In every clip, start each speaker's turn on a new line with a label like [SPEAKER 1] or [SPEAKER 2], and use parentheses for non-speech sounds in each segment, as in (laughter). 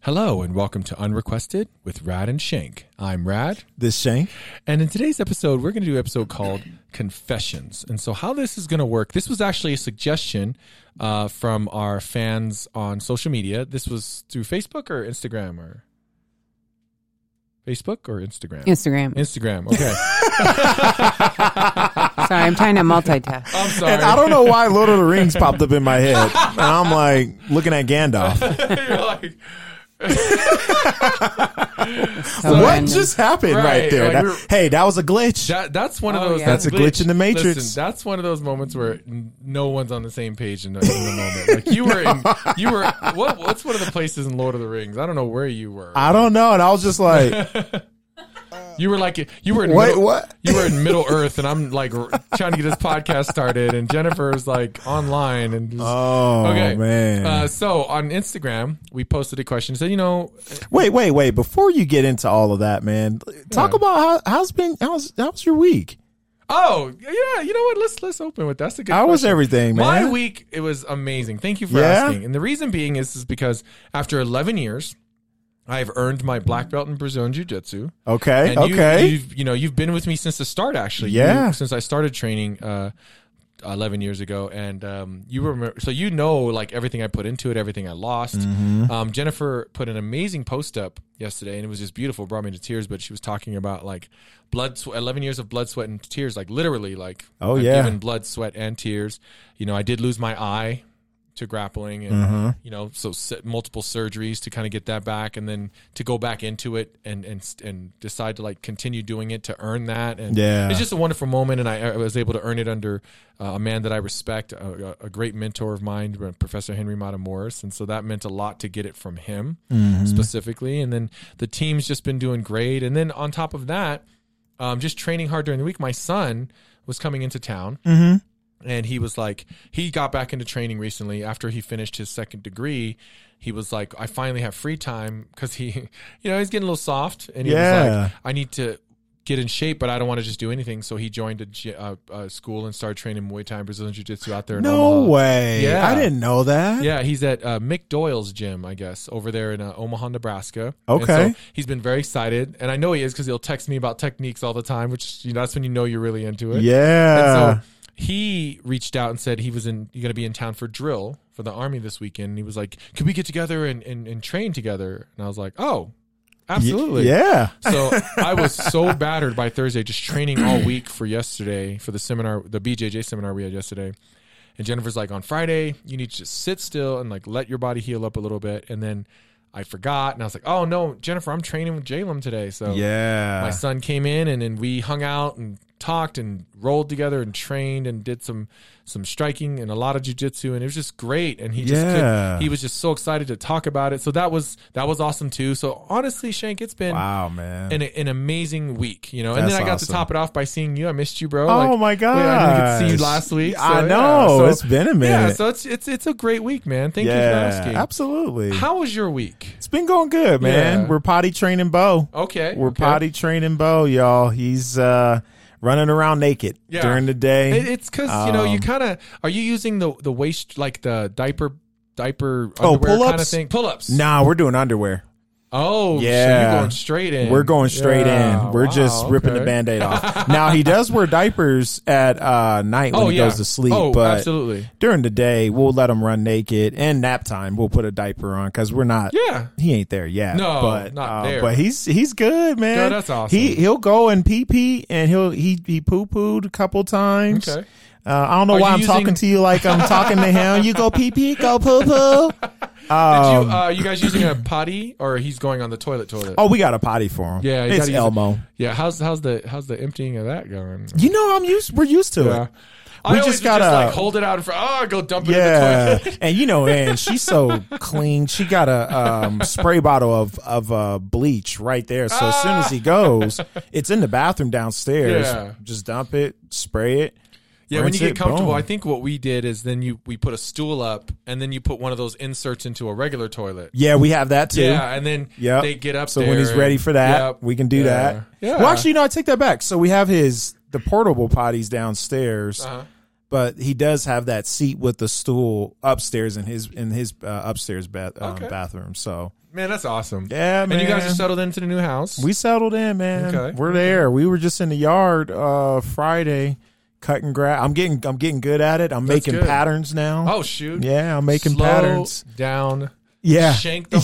[SPEAKER 1] Hello and welcome to Unrequested with Rad and Shank. I'm Rad,
[SPEAKER 2] this shank.
[SPEAKER 1] and in today's episode, we're going to do an episode called Confessions. And so, how this is going to work? This was actually a suggestion uh, from our fans on social media. This was through Facebook or Instagram or Facebook or Instagram.
[SPEAKER 3] Instagram.
[SPEAKER 1] Instagram. Okay,
[SPEAKER 2] (laughs)
[SPEAKER 3] Sorry, I'm trying to
[SPEAKER 2] (laughs)
[SPEAKER 3] multitask.
[SPEAKER 1] I'm sorry.
[SPEAKER 2] And I don't know why Lord of the Rings popped up in my head, and I'm like looking
[SPEAKER 1] (laughs)
[SPEAKER 2] at Gandalf.
[SPEAKER 1] You're like-
[SPEAKER 3] So
[SPEAKER 2] What
[SPEAKER 3] random.
[SPEAKER 2] just happened right,
[SPEAKER 1] Right,
[SPEAKER 2] there?
[SPEAKER 1] like
[SPEAKER 2] That-
[SPEAKER 1] we're-
[SPEAKER 2] hey, that was a glitch.
[SPEAKER 1] That, that's one of
[SPEAKER 3] Oh,
[SPEAKER 1] those.
[SPEAKER 3] yeah. That's
[SPEAKER 2] a glitch in the matrix.
[SPEAKER 1] Listen, that's one of those moments where n- no one's on the same page in, a- in the moment. Like you were, in, you were. What, what's one of the places in Lord of the Rings? I don't know where you were.
[SPEAKER 2] I don't know, and I was
[SPEAKER 1] (laughs)
[SPEAKER 2] just like,
[SPEAKER 1] you were like you were. In
[SPEAKER 2] Wait,
[SPEAKER 1] middle,
[SPEAKER 2] what?
[SPEAKER 1] You were in Middle Earth, and I'm like r- trying to get this podcast started, and Jennifer's like online, and just,
[SPEAKER 2] oh
[SPEAKER 1] okay,
[SPEAKER 2] man.
[SPEAKER 1] Uh, so on Instagram, we posted a question. So you know,
[SPEAKER 2] wait, wait, wait. Before you get into all of that, man, talk
[SPEAKER 1] Yeah.
[SPEAKER 2] about how, how's been how's how's your week?
[SPEAKER 1] oh yeah, you know what? Let's let's open with that's a good.
[SPEAKER 2] How was
[SPEAKER 1] question.
[SPEAKER 2] everything, man?
[SPEAKER 1] My week it was amazing. Thank you for
[SPEAKER 2] Yeah?
[SPEAKER 1] asking. And the reason being is is because after 11 years, I've earned my black belt in Brazilian jiu-jitsu.
[SPEAKER 2] Okay,
[SPEAKER 1] And you-
[SPEAKER 2] okay.
[SPEAKER 1] you've, you know, you've been with me since the start actually. You-
[SPEAKER 2] Yeah.
[SPEAKER 1] since I started training uh 11 years ago and um, you remember so you know like everything i put into it everything i lost
[SPEAKER 2] Mm-hmm.
[SPEAKER 1] um, jennifer put an amazing post up yesterday and it was just beautiful brought me to tears but she was talking about like blood swe- 11 years of blood sweat and tears like literally like
[SPEAKER 2] Oh,
[SPEAKER 1] I've
[SPEAKER 2] yeah.
[SPEAKER 1] given blood sweat and tears you know i did lose my eye to grappling and you know so s- multiple surgeries to kind of get that back and then to go back into it and and st- and decide to like continue doing it to earn that and
[SPEAKER 2] Yeah.
[SPEAKER 1] it's just a wonderful moment and I, I was able to earn it under uh, a man that I respect a, a a great mentor of mine uh, Professor Henry Mata Morris and so that meant a lot to get it from him specifically and then the team's just been doing great and then on top of that um, just training hard during the week my son was coming into town
[SPEAKER 2] Mm-hmm.
[SPEAKER 1] and he was like he got back into training recently after he finished his second degree he was like i finally have free time because he (laughs) you know he's getting a little soft and he was
[SPEAKER 2] Yeah.
[SPEAKER 1] like i need to get in shape but i don't want to just do anything so he joined a, gy- uh, uh, school and started training muay thai and brazilian jiu-jitsu out there in
[SPEAKER 2] no
[SPEAKER 1] Omaha.
[SPEAKER 2] way.
[SPEAKER 1] Yeah.
[SPEAKER 2] I didn't know that.
[SPEAKER 1] Yeah, he's at uh, Mick Doyle's gym, I guess, over there in uh, Omaha, Nebraska.
[SPEAKER 2] Okay.
[SPEAKER 1] And so he's been very excited, and I know he is because he'll text me about techniques all the time, which you know, that's when you know you're really into it.
[SPEAKER 2] Yeah.
[SPEAKER 1] And so he reached out and said he was in going to be in town for drill for the army this weekend. And he was like, "Could we get together and, and, and train together?" And I was like, "Oh,
[SPEAKER 2] Y-
[SPEAKER 1] absolutely,
[SPEAKER 2] yeah.
[SPEAKER 1] So I was so battered by Thursday, just training all week for yesterday for the seminar, the BJJ seminar we had yesterday. And Jennifer's like, on Friday, you need to just sit still and like let your body heal up a little bit. And then I forgot, and I was like, "Oh no, Jennifer, I'm training with Jalen today." So
[SPEAKER 2] Yeah.
[SPEAKER 1] my son came in and then we hung out and talked and rolled together and trained and did some some striking and a lot of jujitsu and it was just great and he just
[SPEAKER 2] Yeah.
[SPEAKER 1] could, he was just so excited to talk about it so that was that was awesome too so honestly Shank it's been
[SPEAKER 2] Wow, man.
[SPEAKER 1] an, an amazing week you know and
[SPEAKER 2] That's
[SPEAKER 1] then I got to
[SPEAKER 2] awesome.
[SPEAKER 1] top it off by seeing you I missed you bro
[SPEAKER 2] Oh my
[SPEAKER 1] we- I didn't get to see you
[SPEAKER 2] gosh.
[SPEAKER 1] last week
[SPEAKER 2] I
[SPEAKER 1] so,
[SPEAKER 2] know.
[SPEAKER 1] yeah, so-
[SPEAKER 2] It's been a
[SPEAKER 1] yeah
[SPEAKER 2] minute.
[SPEAKER 1] so it's it's it's a great week man thank you for
[SPEAKER 2] yeah,
[SPEAKER 1] asking
[SPEAKER 2] absolutely.
[SPEAKER 1] how was your week
[SPEAKER 2] it's been going good, man.
[SPEAKER 1] Yeah.
[SPEAKER 2] We're potty training Bo.
[SPEAKER 1] Oh, okay
[SPEAKER 2] We're
[SPEAKER 1] okay.
[SPEAKER 2] potty training Bo, y'all. He's uh, running around naked
[SPEAKER 1] Yeah.
[SPEAKER 2] during the day.
[SPEAKER 1] It, it's because you know you
[SPEAKER 2] Um,
[SPEAKER 1] kind of are you using the the waist like the diaper diaper
[SPEAKER 2] Oh,
[SPEAKER 1] underwear kind of
[SPEAKER 2] pull-ups?
[SPEAKER 1] thing pull ups.
[SPEAKER 2] nah, we're doing underwear.
[SPEAKER 1] Oh yeah,
[SPEAKER 2] Yeah.
[SPEAKER 1] you're going straight in.
[SPEAKER 2] We're going straight
[SPEAKER 1] Yeah,
[SPEAKER 2] in. We're just
[SPEAKER 1] wow,
[SPEAKER 2] ripping the
[SPEAKER 1] okay.
[SPEAKER 2] band
[SPEAKER 1] (laughs)
[SPEAKER 2] aid off. now, he does wear diapers at uh, night when
[SPEAKER 1] Oh
[SPEAKER 2] he
[SPEAKER 1] yeah,
[SPEAKER 2] goes to sleep,
[SPEAKER 1] Oh,
[SPEAKER 2] but
[SPEAKER 1] absolutely.
[SPEAKER 2] during the day, we'll let him run naked. And nap time, we'll put a diaper on because we're not.
[SPEAKER 1] Yeah.
[SPEAKER 2] He ain't there yet.
[SPEAKER 1] No,
[SPEAKER 2] but,
[SPEAKER 1] not
[SPEAKER 2] uh,
[SPEAKER 1] there.
[SPEAKER 2] But he's he's good, man.
[SPEAKER 1] Yeah, that's awesome.
[SPEAKER 2] He he'll go and pee pee, and he'll he he poo pooed a couple times.
[SPEAKER 1] Okay.
[SPEAKER 2] Uh, I don't know
[SPEAKER 1] Are
[SPEAKER 2] why
[SPEAKER 1] you
[SPEAKER 2] I'm
[SPEAKER 1] using-
[SPEAKER 2] talking to you like I'm talking to him. You go pee pee, go poo
[SPEAKER 1] (laughs)
[SPEAKER 2] poo. Um,
[SPEAKER 1] Did you, uh, you guys using a potty or he's going on the toilet toilet?
[SPEAKER 2] Oh, we got a potty for him.
[SPEAKER 1] Yeah, you
[SPEAKER 2] it's
[SPEAKER 1] gotta use it.
[SPEAKER 2] Elmo.
[SPEAKER 1] Yeah, how's how's the how's the emptying of that going?
[SPEAKER 2] You know, I'm used. We're used to
[SPEAKER 1] Yeah.
[SPEAKER 2] it.
[SPEAKER 1] I
[SPEAKER 2] We
[SPEAKER 1] always
[SPEAKER 2] just gotta-
[SPEAKER 1] just like hold it out in front. Oh, go dump it in the
[SPEAKER 2] Yeah,
[SPEAKER 1] toilet.
[SPEAKER 2] and you know, and she's so clean. She got a um, spray bottle of of uh, bleach right there. So as soon as he goes, it's in the bathroom downstairs.
[SPEAKER 1] Yeah.
[SPEAKER 2] Just dump it, spray it.
[SPEAKER 1] Yeah, when
[SPEAKER 2] rinse
[SPEAKER 1] you get
[SPEAKER 2] it,
[SPEAKER 1] comfortable,
[SPEAKER 2] boom.
[SPEAKER 1] I think what we did is then you we put a stool up and then you put one of those inserts into a regular toilet.
[SPEAKER 2] Yeah, we have that too.
[SPEAKER 1] Yeah, and then
[SPEAKER 2] Yep.
[SPEAKER 1] they get up.
[SPEAKER 2] So
[SPEAKER 1] there
[SPEAKER 2] when he's
[SPEAKER 1] and-
[SPEAKER 2] ready for that,
[SPEAKER 1] Yep.
[SPEAKER 2] we can do
[SPEAKER 1] Yeah.
[SPEAKER 2] that.
[SPEAKER 1] Yeah.
[SPEAKER 2] Well, actually, no, I take that back. So we have his the portable potties downstairs,
[SPEAKER 1] Uh-huh.
[SPEAKER 2] but he does have that seat with the stool upstairs in his in his uh, upstairs bath, um,
[SPEAKER 1] Okay.
[SPEAKER 2] bathroom. So
[SPEAKER 1] Man, that's awesome.
[SPEAKER 2] yeah,
[SPEAKER 1] And you guys
[SPEAKER 2] man.
[SPEAKER 1] are settled into the new house.
[SPEAKER 2] We settled in, man.
[SPEAKER 1] Okay.
[SPEAKER 2] We're there. We were just in the yard uh, Friday cutting grass. I'm getting I'm getting good at it. I'm
[SPEAKER 1] That's
[SPEAKER 2] making
[SPEAKER 1] good.
[SPEAKER 2] patterns now.
[SPEAKER 1] oh shoot.
[SPEAKER 2] yeah, I'm making
[SPEAKER 1] Slow
[SPEAKER 2] patterns.
[SPEAKER 1] down.
[SPEAKER 2] (laughs) Yeah.
[SPEAKER 1] Shank the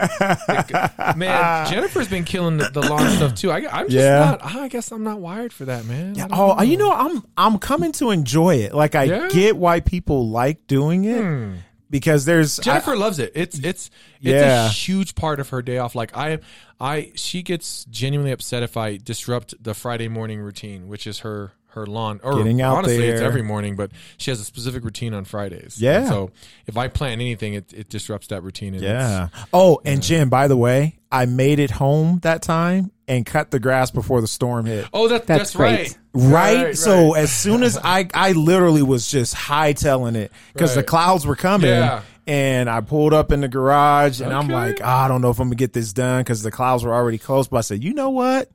[SPEAKER 1] homemaker.
[SPEAKER 2] (laughs)
[SPEAKER 1] man, Jennifer's been killing the, the lawn stuff too. I, I'm just
[SPEAKER 2] Yeah.
[SPEAKER 1] not. I guess I'm not wired for that, man. I don't
[SPEAKER 2] Oh, you know, I'm I'm coming to enjoy it. Like I
[SPEAKER 1] Yeah? Hmm.
[SPEAKER 2] get why people like doing it because there's I-
[SPEAKER 1] Jennifer loves it. It's it's it's
[SPEAKER 2] Yeah.
[SPEAKER 1] a huge part of her day off. Like I I she gets genuinely upset if I disrupt the Friday morning routine, which is her her lawn. Or
[SPEAKER 2] Getting out
[SPEAKER 1] honestly, it's
[SPEAKER 2] there.
[SPEAKER 1] every morning, but she has a specific routine on Fridays.
[SPEAKER 2] Yeah.
[SPEAKER 1] And so if I plan anything, it, it disrupts that routine. And it's-
[SPEAKER 2] yeah. Oh, and Jim, by the way, I made it home that time and cut the grass before the storm hit.
[SPEAKER 1] Oh, that, that's
[SPEAKER 3] That's great.
[SPEAKER 1] right.
[SPEAKER 2] Right?
[SPEAKER 1] right.
[SPEAKER 2] So as soon as I, I literally was just hightailing it because the
[SPEAKER 1] Right.
[SPEAKER 2] clouds were coming.
[SPEAKER 1] Yeah.
[SPEAKER 2] And I pulled up in the garage and I'm
[SPEAKER 1] Okay.
[SPEAKER 2] like, "Ah, I don't know if I'm gonna get this done because the clouds were already close. But I said, you know what?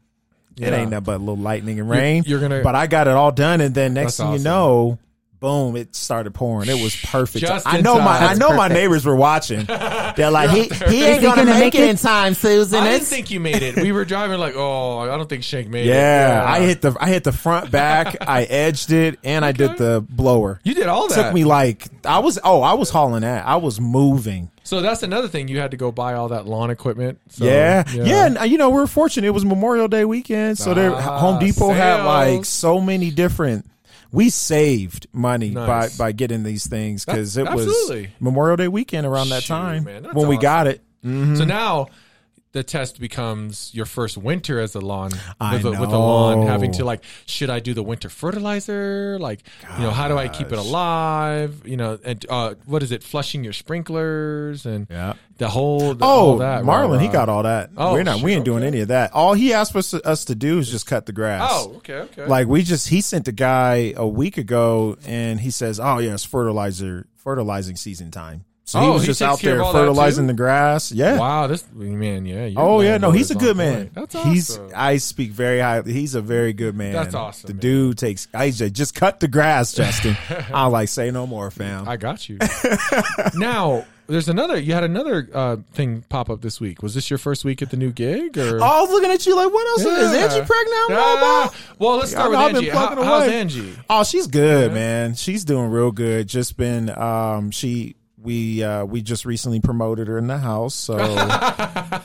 [SPEAKER 2] It
[SPEAKER 1] Yeah.
[SPEAKER 2] ain't nothing but a little lightning and rain.
[SPEAKER 1] you're gonna-
[SPEAKER 2] but I got it all done. And then
[SPEAKER 1] That's
[SPEAKER 2] next thing you
[SPEAKER 1] awesome.
[SPEAKER 2] know, boom, it started pouring. It was perfect.
[SPEAKER 1] Just
[SPEAKER 2] I
[SPEAKER 1] in
[SPEAKER 2] know my
[SPEAKER 1] time.
[SPEAKER 2] I know my
[SPEAKER 3] perfect.
[SPEAKER 2] neighbors
[SPEAKER 1] (laughs)
[SPEAKER 2] were watching. They're like, he, he
[SPEAKER 3] Is
[SPEAKER 2] ain't
[SPEAKER 3] he
[SPEAKER 2] gonna, make, it.
[SPEAKER 3] in time, Susan?
[SPEAKER 1] I didn't
[SPEAKER 3] It's-
[SPEAKER 1] think you made it. We were driving like, oh, I don't think Shank made it.
[SPEAKER 2] Yeah, I hit the I hit the front back. I edged it, and I did the blower.
[SPEAKER 1] You did all that.
[SPEAKER 2] took me like I was oh I was hauling that I was moving
[SPEAKER 1] so that's another thing. You had to go buy all that lawn equipment. So,
[SPEAKER 2] yeah. yeah and uh, you know we were fortunate it was Memorial Day weekend so their
[SPEAKER 1] Ah,
[SPEAKER 2] Home Depot had
[SPEAKER 1] sales.
[SPEAKER 2] like so many different we saved money
[SPEAKER 1] Nice.
[SPEAKER 2] by by getting these things because it
[SPEAKER 1] That's-
[SPEAKER 2] was
[SPEAKER 1] absolutely.
[SPEAKER 2] Memorial Day weekend around that
[SPEAKER 1] Shoot,
[SPEAKER 2] time
[SPEAKER 1] man, that's
[SPEAKER 2] when we got it
[SPEAKER 1] So now the test becomes your first winter as a lawn
[SPEAKER 2] I
[SPEAKER 1] with, a, with a lawn
[SPEAKER 2] know.
[SPEAKER 1] having to like should I do the winter fertilizer like you know how do I keep it alive you know and uh, what is it flushing your sprinklers and
[SPEAKER 2] Yeah.
[SPEAKER 1] the whole the, all
[SPEAKER 2] oh
[SPEAKER 1] that
[SPEAKER 2] Marlon he
[SPEAKER 1] rah-rah.
[SPEAKER 2] got all that
[SPEAKER 1] Oh,
[SPEAKER 2] we're not we
[SPEAKER 1] shit,
[SPEAKER 2] ain't doing any of that all he asked us us to do is just cut the grass
[SPEAKER 1] oh okay okay
[SPEAKER 2] Like we just he sent the guy a week ago and he says, "Oh yeah, it's fertilizer fertilizing season time." So he
[SPEAKER 1] Oh,
[SPEAKER 2] was
[SPEAKER 1] he
[SPEAKER 2] just
[SPEAKER 1] takes
[SPEAKER 2] out
[SPEAKER 1] care of
[SPEAKER 2] there
[SPEAKER 1] all that,
[SPEAKER 2] fertilizing
[SPEAKER 1] too?
[SPEAKER 2] the grass. Yeah.
[SPEAKER 1] wow this man yeah your
[SPEAKER 2] Oh yeah,
[SPEAKER 1] landlord
[SPEAKER 2] no,
[SPEAKER 1] is
[SPEAKER 2] he's a
[SPEAKER 1] on
[SPEAKER 2] good man.
[SPEAKER 1] point. that's
[SPEAKER 2] He's
[SPEAKER 1] awesome.
[SPEAKER 2] I speak very high. He's a very good man.
[SPEAKER 1] That's awesome,
[SPEAKER 2] The
[SPEAKER 1] man.
[SPEAKER 2] dude takes I said, just cut the
[SPEAKER 1] (laughs)
[SPEAKER 2] grass, Justin. I like say no more, fam.
[SPEAKER 1] I got you. (laughs) now, there's another. You had another uh, thing pop up this week. Was this your first week at the new gig? Or
[SPEAKER 2] Oh, I was looking at you like, what else is
[SPEAKER 1] Yeah.
[SPEAKER 2] Angie pregnant? I don't know
[SPEAKER 1] Ah,
[SPEAKER 2] about.
[SPEAKER 1] Well, let's start with
[SPEAKER 2] I've been
[SPEAKER 1] Angie. How,
[SPEAKER 2] plugging
[SPEAKER 1] how's
[SPEAKER 2] away.
[SPEAKER 1] Angie?
[SPEAKER 2] Oh, she's good, man. She's doing real good. Just been um she we uh we just recently promoted her in the house.
[SPEAKER 1] (laughs)
[SPEAKER 2] So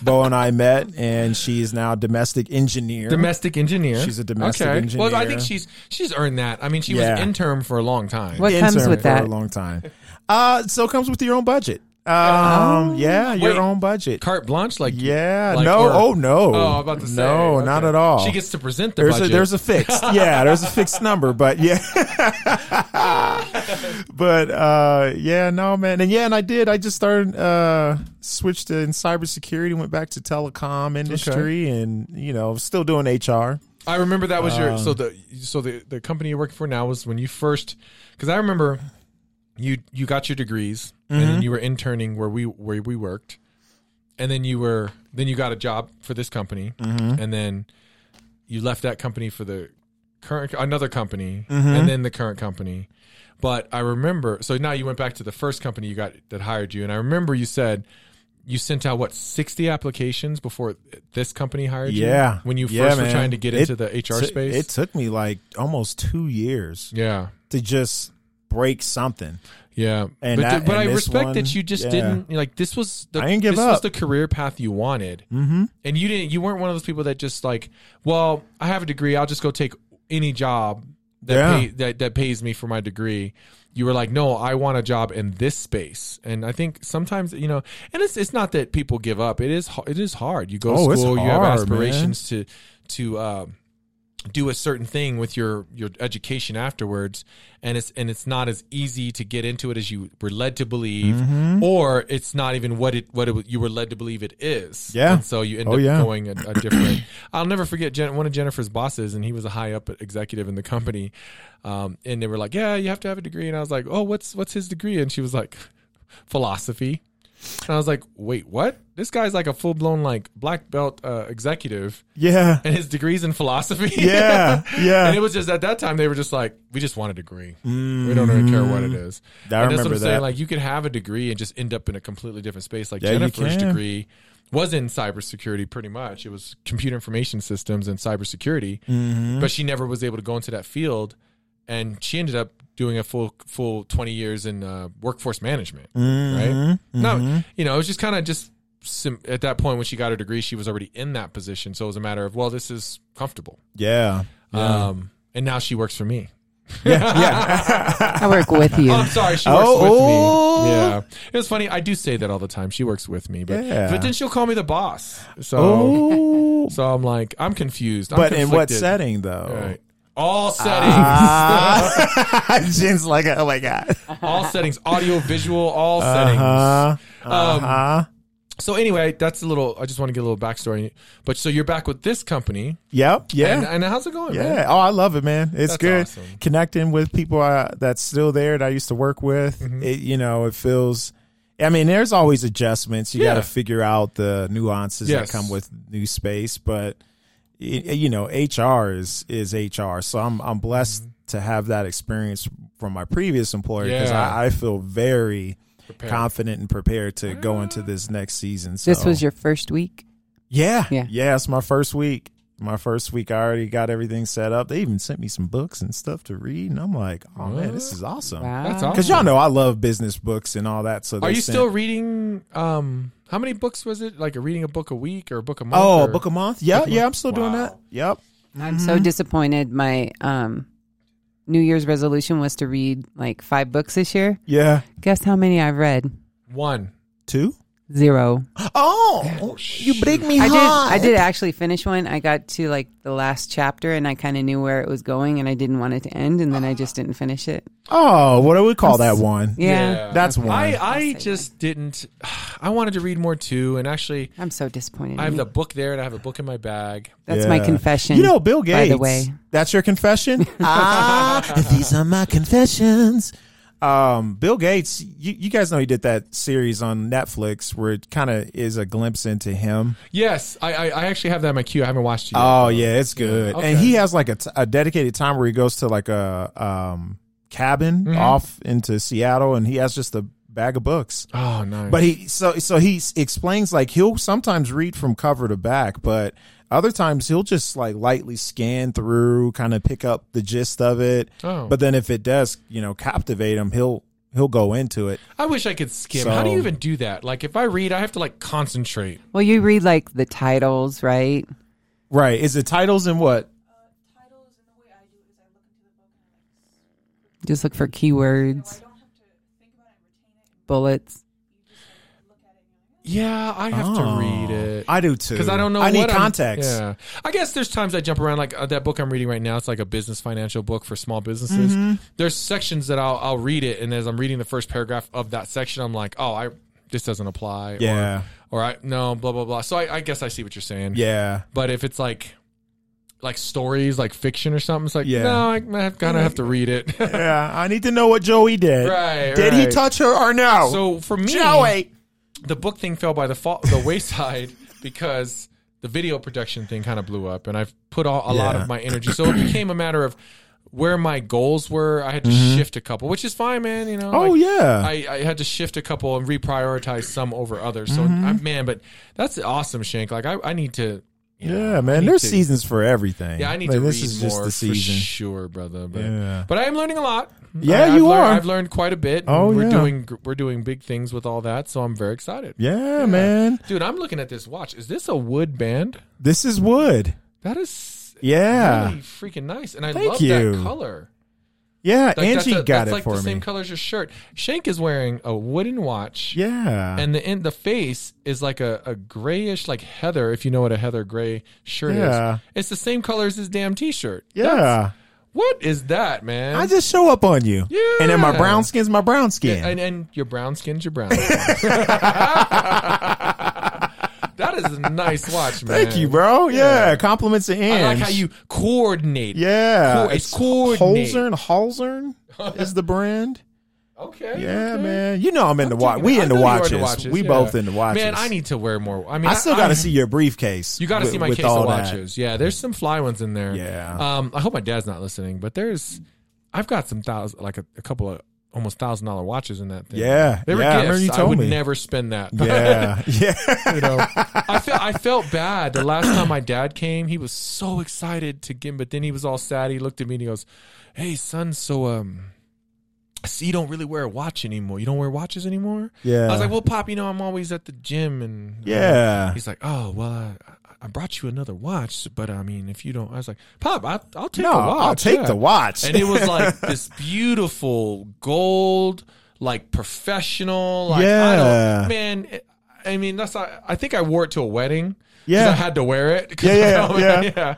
[SPEAKER 2] Bo and I met and she is now domestic engineer.
[SPEAKER 1] Domestic engineer.
[SPEAKER 2] She's a domestic
[SPEAKER 1] Well, I
[SPEAKER 2] engineer.
[SPEAKER 1] think she's she's earned that. I mean, she
[SPEAKER 2] Yeah.
[SPEAKER 1] was intern for a long time.
[SPEAKER 3] What
[SPEAKER 2] Intern
[SPEAKER 3] comes with
[SPEAKER 2] for a
[SPEAKER 3] that?
[SPEAKER 2] long time. Uh so it comes with your own budget. Um yeah, your
[SPEAKER 1] Oh. Wait.
[SPEAKER 2] own budget.
[SPEAKER 1] Carte blanche, like
[SPEAKER 2] Yeah,
[SPEAKER 1] like,
[SPEAKER 2] no,
[SPEAKER 1] or-
[SPEAKER 2] oh no.
[SPEAKER 1] Oh, I'm about to say
[SPEAKER 2] No,
[SPEAKER 1] okay.
[SPEAKER 2] not at all.
[SPEAKER 1] She gets to present the
[SPEAKER 2] there's
[SPEAKER 1] budget.
[SPEAKER 2] a there's a fixed yeah there's a fixed number
[SPEAKER 1] (laughs)
[SPEAKER 2] but yeah but uh yeah no man and yeah and i did i just started uh switched in cybersecurity went back to telecom industry and you know still doing hr
[SPEAKER 1] I remember that was
[SPEAKER 2] um,
[SPEAKER 1] your so the so the the company you're working for now was when you first because I remember you you got your degrees and
[SPEAKER 2] Mm-hmm.
[SPEAKER 1] then you were interning where we where we worked and then you were then you got a job for this company
[SPEAKER 2] Mm-hmm.
[SPEAKER 1] and then you left that company for the current another company
[SPEAKER 2] Mm-hmm.
[SPEAKER 1] and then the current company but I remember so now you went back to the first company you got that hired you and I remember you said you sent out what 60 applications before this company hired you
[SPEAKER 2] yeah
[SPEAKER 1] when you first
[SPEAKER 2] Yeah,
[SPEAKER 1] were
[SPEAKER 2] man.
[SPEAKER 1] trying to get into
[SPEAKER 2] It
[SPEAKER 1] the hr
[SPEAKER 2] took-
[SPEAKER 1] space
[SPEAKER 2] it took me like almost two years
[SPEAKER 1] yeah
[SPEAKER 2] to just break something
[SPEAKER 1] yeah
[SPEAKER 2] And
[SPEAKER 1] but,
[SPEAKER 2] that-
[SPEAKER 1] th- but
[SPEAKER 2] and
[SPEAKER 1] i
[SPEAKER 2] this
[SPEAKER 1] respect
[SPEAKER 2] one,
[SPEAKER 1] that you just
[SPEAKER 2] yeah.
[SPEAKER 1] didn't like this was the
[SPEAKER 2] I didn't give
[SPEAKER 1] this
[SPEAKER 2] up.
[SPEAKER 1] was the career path you wanted mm-hmm. and you didn't you weren't one of those people that just like well i have a degree i'll just go take any job that,
[SPEAKER 2] Yeah.
[SPEAKER 1] pay, that that pays me for my degree you were like no i want a job in this space and i think sometimes you know and it's it's not that people give up it is ho- it is hard you go
[SPEAKER 2] Oh,
[SPEAKER 1] to
[SPEAKER 2] it's
[SPEAKER 1] school you have
[SPEAKER 2] hard,
[SPEAKER 1] aspirations to to um do a certain thing with your your education afterwards and it's and it's not as easy to get into it as you were led to believe
[SPEAKER 2] Mm-hmm.
[SPEAKER 1] or it's not even what it what it, you were led to believe it is
[SPEAKER 2] Yeah.
[SPEAKER 1] and so you end
[SPEAKER 2] Oh,
[SPEAKER 1] up
[SPEAKER 2] yeah.
[SPEAKER 1] going a, a different i'll never forget Jen, one of jennifer's bosses and he was a high up executive in the company um, and they were like yeah you have to have a degree and i was like oh what's what's his degree and she was like philosophy And I was like, wait, what? This guy's like a full blown like black belt uh, executive,
[SPEAKER 2] Yeah.
[SPEAKER 1] and his degree's in philosophy.
[SPEAKER 2] (laughs) Yeah.
[SPEAKER 1] (laughs)
[SPEAKER 2] Yeah.
[SPEAKER 1] And it was just at that time they were just like, we just want a degree. We don't really care what it is.
[SPEAKER 2] Mm-hmm. I
[SPEAKER 1] And that's
[SPEAKER 2] remember
[SPEAKER 1] what I'm saying.
[SPEAKER 2] that.
[SPEAKER 1] Like you could have a degree and just end up in a completely different space. Like
[SPEAKER 2] Yeah, you
[SPEAKER 1] Jennifer's
[SPEAKER 2] can.
[SPEAKER 1] degree was in cybersecurity pretty much. It was computer information systems and cybersecurity.
[SPEAKER 2] Mm-hmm.
[SPEAKER 1] But she never was able to go into that field and she ended up doing a full full 20 years in uh, workforce management
[SPEAKER 2] Mm,
[SPEAKER 1] right
[SPEAKER 2] Mm-hmm,
[SPEAKER 1] no you know it was just kind of just sim- at that point when she got her degree she was already in that position so it was a matter of well this is comfortable (laughs)
[SPEAKER 2] Yeah.
[SPEAKER 1] um, and now she works for
[SPEAKER 2] (laughs)
[SPEAKER 1] me.
[SPEAKER 3] I work with you.
[SPEAKER 1] (laughs) Oh, I'm sorry, she works
[SPEAKER 2] Oh,
[SPEAKER 1] with
[SPEAKER 2] oh.
[SPEAKER 1] me. Yeah, it was funny. I do say that all the time. She works with me, but
[SPEAKER 2] Yeah.
[SPEAKER 1] but then she'll call me the boss. So
[SPEAKER 2] Oh.
[SPEAKER 1] so I'm like I'm confused. I'm
[SPEAKER 2] but in what
[SPEAKER 1] conflicted.
[SPEAKER 2] setting though?
[SPEAKER 1] Right. All settings,
[SPEAKER 2] Ah. (laughs) Jen's like, oh my god.
[SPEAKER 1] (laughs) all settings, audio, visual, all settings.
[SPEAKER 2] Uh,
[SPEAKER 1] Um,
[SPEAKER 2] huh.
[SPEAKER 1] So anyway, that's a little. I just want to get a little backstory. But so you're back with this company,
[SPEAKER 2] Yep. Yeah.
[SPEAKER 1] and, and how's it going?
[SPEAKER 2] yeah.
[SPEAKER 1] man?
[SPEAKER 2] Oh, I love it, man. It's
[SPEAKER 1] That's
[SPEAKER 2] good
[SPEAKER 1] awesome.
[SPEAKER 2] connecting with people I, that's still there that I used to work with.
[SPEAKER 1] Mm-hmm.
[SPEAKER 2] It, you know, it feels. I mean, there's always adjustments. You
[SPEAKER 1] Yeah.
[SPEAKER 2] got to figure out the nuances
[SPEAKER 1] Yes.
[SPEAKER 2] that come with new space, but y- you know, HR is is HR. So I'm I'm blessed
[SPEAKER 1] Mm-hmm.
[SPEAKER 2] to have that experience from my previous employer because
[SPEAKER 1] Yeah.
[SPEAKER 2] I, I feel very
[SPEAKER 1] Prepared. Mm.
[SPEAKER 2] confident and prepared to go into this next season. So
[SPEAKER 3] (laughs) This was your first week.
[SPEAKER 2] yeah.
[SPEAKER 3] Yeah.
[SPEAKER 2] It's my first week. My first week, I already got everything set up. They even sent me some books and stuff to read. And I'm like, oh, man, this is awesome.
[SPEAKER 3] Wow.
[SPEAKER 1] That's awesome.
[SPEAKER 2] Because y'all know I love business books and all that. So
[SPEAKER 1] Are
[SPEAKER 2] they
[SPEAKER 1] you
[SPEAKER 2] sent-
[SPEAKER 1] still reading? Um, how many books was it? Like a reading a book a week or a book a month?
[SPEAKER 2] Oh,
[SPEAKER 1] or-
[SPEAKER 2] a book a month? Yeah.
[SPEAKER 1] Book a
[SPEAKER 2] Yeah.
[SPEAKER 1] month.
[SPEAKER 2] I'm still doing
[SPEAKER 1] Wow.
[SPEAKER 2] that. Yep.
[SPEAKER 3] I'm
[SPEAKER 2] Mm-hmm.
[SPEAKER 3] so disappointed. My um, New Year's resolution was to read like five books this year.
[SPEAKER 2] Yeah.
[SPEAKER 3] Guess how many I've read?
[SPEAKER 1] one.
[SPEAKER 2] Two?
[SPEAKER 3] Zero.
[SPEAKER 2] Oh, you break me
[SPEAKER 3] I did.
[SPEAKER 2] high.
[SPEAKER 3] I did actually finish one. I got to like the last chapter, and I kind of knew where it was going, and I didn't want it to end, and then I just didn't finish it.
[SPEAKER 2] Oh, what do we call that one?
[SPEAKER 3] Yeah,
[SPEAKER 2] That's one.
[SPEAKER 1] I I just didn't. (sighs) I wanted to read more too, and actually,
[SPEAKER 3] I'm so disappointed.
[SPEAKER 1] I have
[SPEAKER 3] in
[SPEAKER 1] the
[SPEAKER 3] you.
[SPEAKER 1] book there, and I have a book in my bag.
[SPEAKER 3] That's my
[SPEAKER 2] Yeah.
[SPEAKER 3] confession.
[SPEAKER 2] You know, Bill Gates.
[SPEAKER 3] by the way.
[SPEAKER 2] that's your confession. (laughs) ah, these are my confessions. Um, Bill Gates, you, you guys know he did that series on Netflix where it kind of is a glimpse into him.
[SPEAKER 1] Yes, I I, I actually have that in my queue. I haven't watched it. Yet.
[SPEAKER 2] Oh yeah, it's good.
[SPEAKER 1] Okay.
[SPEAKER 2] And he has like a, t- a dedicated time where he goes to like a um cabin off into Seattle, and he has just a bag of books.
[SPEAKER 1] oh nice.
[SPEAKER 2] But he so so he s- explains like he'll sometimes read from cover to back, but other times he'll just like lightly scan through, kind of pick up the gist of it.
[SPEAKER 1] Oh.
[SPEAKER 2] But then if it does, you know, captivate him, he'll he'll go into it.
[SPEAKER 1] I wish I could skim. How do
[SPEAKER 2] So-
[SPEAKER 1] you even do that? Like if I read, I have to like concentrate.
[SPEAKER 3] Well, you read like the titles, right?
[SPEAKER 2] Right? Is it titles and what?
[SPEAKER 3] Just look for keywords, bullets.
[SPEAKER 1] Yeah, I have
[SPEAKER 2] Oh.
[SPEAKER 1] to read it.
[SPEAKER 2] I do too.
[SPEAKER 1] because I don't know.
[SPEAKER 2] I need
[SPEAKER 1] what I'm-
[SPEAKER 2] context.
[SPEAKER 1] yeah, I guess there's times I jump around. Like uh, that book I'm reading right now. It's like a business financial book for small businesses.
[SPEAKER 2] Mm-hmm.
[SPEAKER 1] There's sections that I'll I'll read it, and as I'm reading the first paragraph of that section, I'm like, oh, I this doesn't apply.
[SPEAKER 2] Yeah.
[SPEAKER 1] Or, or I no blah blah blah. So I, I guess I see what you're saying. (laughs)
[SPEAKER 2] Yeah.
[SPEAKER 1] But if it's like like stories, like fiction or something, it's like
[SPEAKER 2] Yeah.
[SPEAKER 1] no, I, I kind of have to read it. (laughs)
[SPEAKER 2] (laughs) Yeah, I need to know what Joey did.
[SPEAKER 1] Right,
[SPEAKER 2] Did he
[SPEAKER 1] right.
[SPEAKER 2] touch her or no?
[SPEAKER 1] so for me,
[SPEAKER 2] Joey.
[SPEAKER 1] the book thing fell by the fa- the wayside (laughs) because the video production thing kind of blew up, and I've put all, a lot
[SPEAKER 2] Yeah.
[SPEAKER 1] of my energy. So it became a matter of where my goals were. I had to shift a couple, which is fine, man. You know.
[SPEAKER 2] Mm-hmm. Oh
[SPEAKER 1] like,
[SPEAKER 2] yeah.
[SPEAKER 1] I, I had to shift a couple and reprioritize some over others. So
[SPEAKER 2] Mm-hmm.
[SPEAKER 1] I, man, but that's awesome, Shank. Like I, I need to. you know,
[SPEAKER 2] yeah,
[SPEAKER 1] I
[SPEAKER 2] man.
[SPEAKER 1] need
[SPEAKER 2] There's
[SPEAKER 1] to-
[SPEAKER 2] seasons for everything.
[SPEAKER 1] Yeah, I need
[SPEAKER 2] Like,
[SPEAKER 1] to
[SPEAKER 2] this
[SPEAKER 1] read
[SPEAKER 2] is
[SPEAKER 1] more
[SPEAKER 2] just the
[SPEAKER 1] for
[SPEAKER 2] season.
[SPEAKER 1] sure, brother. But,
[SPEAKER 2] Yeah.
[SPEAKER 1] but I am learning a lot.
[SPEAKER 2] Yeah,
[SPEAKER 1] I, I've
[SPEAKER 2] you
[SPEAKER 1] learned-
[SPEAKER 2] are.
[SPEAKER 1] I've learned quite a bit.
[SPEAKER 2] Oh,
[SPEAKER 1] we're
[SPEAKER 2] yeah.
[SPEAKER 1] doing gr- we're doing big things with all that, so I'm very excited.
[SPEAKER 2] Yeah, man.
[SPEAKER 1] Dude, I'm looking at this watch. Is this a wood band?
[SPEAKER 2] This is wood.
[SPEAKER 1] That is
[SPEAKER 2] Yeah.
[SPEAKER 1] really freaking nice. And I
[SPEAKER 2] Thank
[SPEAKER 1] love
[SPEAKER 2] you.
[SPEAKER 1] that color.
[SPEAKER 2] Yeah,
[SPEAKER 1] Like, that's
[SPEAKER 2] Angie
[SPEAKER 1] a-
[SPEAKER 2] got
[SPEAKER 1] that's
[SPEAKER 2] it
[SPEAKER 1] like
[SPEAKER 2] for
[SPEAKER 1] the
[SPEAKER 2] me.
[SPEAKER 1] same color as your shirt. Shank is wearing a wooden watch.
[SPEAKER 2] yeah.
[SPEAKER 1] And the in, the face is like a, a grayish, like heather, if you know what a heather gray shirt
[SPEAKER 2] Yeah.
[SPEAKER 1] is. It's the same color as his damn t shirt.
[SPEAKER 2] yeah.
[SPEAKER 1] What is that, man?
[SPEAKER 2] I just show up on you.
[SPEAKER 1] Yeah.
[SPEAKER 2] And then my brown skin's my brown skin.
[SPEAKER 1] and, and your brown skin's your
[SPEAKER 2] (laughs)
[SPEAKER 1] brown skin. that is a nice watch, man.
[SPEAKER 2] Thank you, bro. Yeah. Compliments to Angie.
[SPEAKER 1] I like how you coordinate.
[SPEAKER 2] Yeah.
[SPEAKER 1] Cool. It's coordinate. (laughs)
[SPEAKER 2] Holzern. Holzern is the brand.
[SPEAKER 1] Okay.
[SPEAKER 2] Yeah,
[SPEAKER 1] okay.
[SPEAKER 2] man. You know I'm in the watch.
[SPEAKER 1] Yeah,
[SPEAKER 2] We
[SPEAKER 1] I
[SPEAKER 2] in the
[SPEAKER 1] know you are
[SPEAKER 2] watches. We
[SPEAKER 1] yeah.
[SPEAKER 2] both in the watches.
[SPEAKER 1] Man, I need to wear more. I mean,
[SPEAKER 2] I still got to see your briefcase.
[SPEAKER 1] You got to
[SPEAKER 2] with-
[SPEAKER 1] see my
[SPEAKER 2] with
[SPEAKER 1] case of
[SPEAKER 2] all that.
[SPEAKER 1] watches. Yeah, there's some fly ones in there.
[SPEAKER 2] Yeah.
[SPEAKER 1] Um, I hope my dad's not listening, but there's, I've got some thousand, like a, a couple of almost thousand dollar watches in that thing.
[SPEAKER 2] Yeah,
[SPEAKER 1] They were
[SPEAKER 2] yeah, I remember
[SPEAKER 1] gifts.
[SPEAKER 2] you
[SPEAKER 1] I,
[SPEAKER 2] told
[SPEAKER 1] would
[SPEAKER 2] me.
[SPEAKER 1] never spend that. (laughs)
[SPEAKER 2] Yeah, (laughs) yeah.
[SPEAKER 1] you know, I felt I felt bad the last time my dad came. He was so excited to get, but then he was all sad. He looked at me and he goes, "Hey, son, so um." I see you don't really wear a watch anymore. You don't wear watches anymore.
[SPEAKER 2] Yeah.
[SPEAKER 1] I was like, well, pop, you know, I'm always at the gym and
[SPEAKER 2] Yeah.
[SPEAKER 1] He's like, oh well, I, I brought you another watch, but I mean, if you don't, I was like, pop, I, I'll take
[SPEAKER 2] No,
[SPEAKER 1] the watch.
[SPEAKER 2] I'll take
[SPEAKER 1] yeah."
[SPEAKER 2] the watch.
[SPEAKER 1] And it
[SPEAKER 2] (laughs)
[SPEAKER 1] was like this beautiful gold, like professional. Like, I
[SPEAKER 2] Yeah.
[SPEAKER 1] don't, man. it- I mean, that's not, I think I wore it to a wedding. 'cause
[SPEAKER 2] Yeah.
[SPEAKER 1] I had to wear it. (laughs) 'cause
[SPEAKER 2] Yeah,
[SPEAKER 1] I-
[SPEAKER 2] yeah, yeah.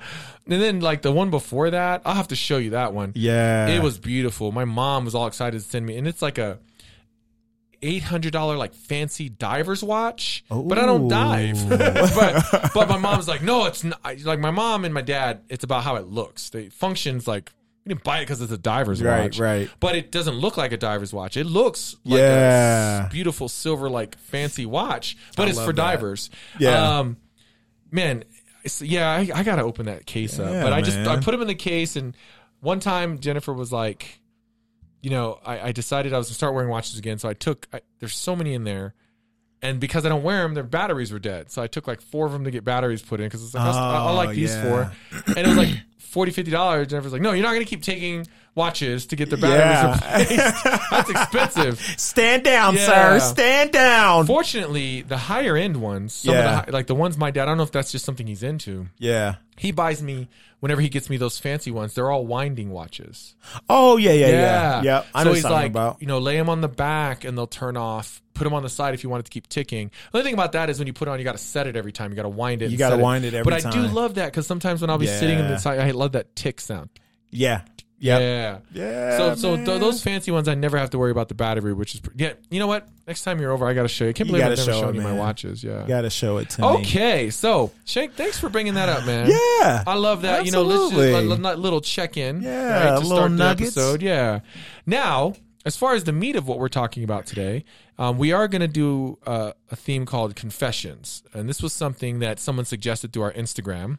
[SPEAKER 1] And then like the one before that, I'll have to show you that one.
[SPEAKER 2] yeah,
[SPEAKER 1] It was beautiful. My mom was all excited to send me, and it's like a eight hundred dollar like fancy diver's watch, but I don't
[SPEAKER 2] Ooh.
[SPEAKER 1] dive. (laughs) but but my mom's like, no, it's not. I- like my mom and my dad. It's about how it looks. They functions like we didn't buy it because it's a diver's
[SPEAKER 2] Right,
[SPEAKER 1] watch,
[SPEAKER 2] right.
[SPEAKER 1] But it doesn't look like a diver's watch. It looks like a
[SPEAKER 2] Yeah.
[SPEAKER 1] s- beautiful silver like fancy watch, but it's
[SPEAKER 2] love
[SPEAKER 1] for
[SPEAKER 2] that.
[SPEAKER 1] divers.
[SPEAKER 2] Yeah.
[SPEAKER 1] Um, man, it's- yeah, I, I gotta open that case up.
[SPEAKER 2] Yeah,
[SPEAKER 1] But I just I
[SPEAKER 2] man.
[SPEAKER 1] put them in the case, and one time Jennifer was like, you know, I, I decided I was gonna start wearing watches again, so I took. I, there's so many in there. And because I don't wear them, their batteries were dead. So I took like four of them to get batteries put in because it's like, I'll- I'll,
[SPEAKER 2] Oh,
[SPEAKER 1] like these
[SPEAKER 2] yeah.
[SPEAKER 1] four. And it was like 40 dollars. Jennifer's like, no, you're not going to keep taking watches to get the batteries
[SPEAKER 2] Yeah.
[SPEAKER 1] replaced. (laughs) That's expensive.
[SPEAKER 2] Stand down,
[SPEAKER 1] Yeah.
[SPEAKER 2] sir. Stand down.
[SPEAKER 1] Fortunately, the higher end ones, some of the,
[SPEAKER 2] Yeah.
[SPEAKER 1] hi- like the ones my dad, I don't know if that's just something he's into.
[SPEAKER 2] yeah.
[SPEAKER 1] He buys me whenever he gets me those fancy ones. They're all winding watches.
[SPEAKER 2] Oh yeah, yeah, yeah. Yep. I know
[SPEAKER 1] so
[SPEAKER 2] what
[SPEAKER 1] he's
[SPEAKER 2] you're talking
[SPEAKER 1] like,
[SPEAKER 2] about.
[SPEAKER 1] you know, lay them on the back and they'll turn off. Put them on the side if you want it to keep ticking. The only thing about that is when you put it on, you got to set it every time. You got to wind it.
[SPEAKER 2] You
[SPEAKER 1] and
[SPEAKER 2] gotta
[SPEAKER 1] set
[SPEAKER 2] wind it every
[SPEAKER 1] But I do
[SPEAKER 2] time.
[SPEAKER 1] love that because sometimes when I'll be sitting in the
[SPEAKER 2] Yeah.
[SPEAKER 1] side, I love that tick sound.
[SPEAKER 2] Yeah. Yep.
[SPEAKER 1] Yeah.
[SPEAKER 2] Yeah.
[SPEAKER 1] So, so th-
[SPEAKER 2] man.
[SPEAKER 1] those fancy ones, I never have to worry about the battery, which is pr- yeah. You know what? Next time you're over, I got to show you. I can't
[SPEAKER 2] You
[SPEAKER 1] believe I've
[SPEAKER 2] gotta
[SPEAKER 1] never
[SPEAKER 2] show
[SPEAKER 1] shown
[SPEAKER 2] it,
[SPEAKER 1] you my
[SPEAKER 2] man.
[SPEAKER 1] watches. Yeah.
[SPEAKER 2] gotta show it to me.
[SPEAKER 1] Okay, so Shank, thanks for bringing that up, man.
[SPEAKER 2] Yeah.
[SPEAKER 1] I love that. You know, let's
[SPEAKER 2] Absolutely.
[SPEAKER 1] just a little check in.
[SPEAKER 2] Yeah, a little nuggets.
[SPEAKER 1] episode. Yeah. Now, as far as the meat of what we're talking about today, um, we are going to do uh, a theme called confessions, and this was something that someone suggested through our Instagram,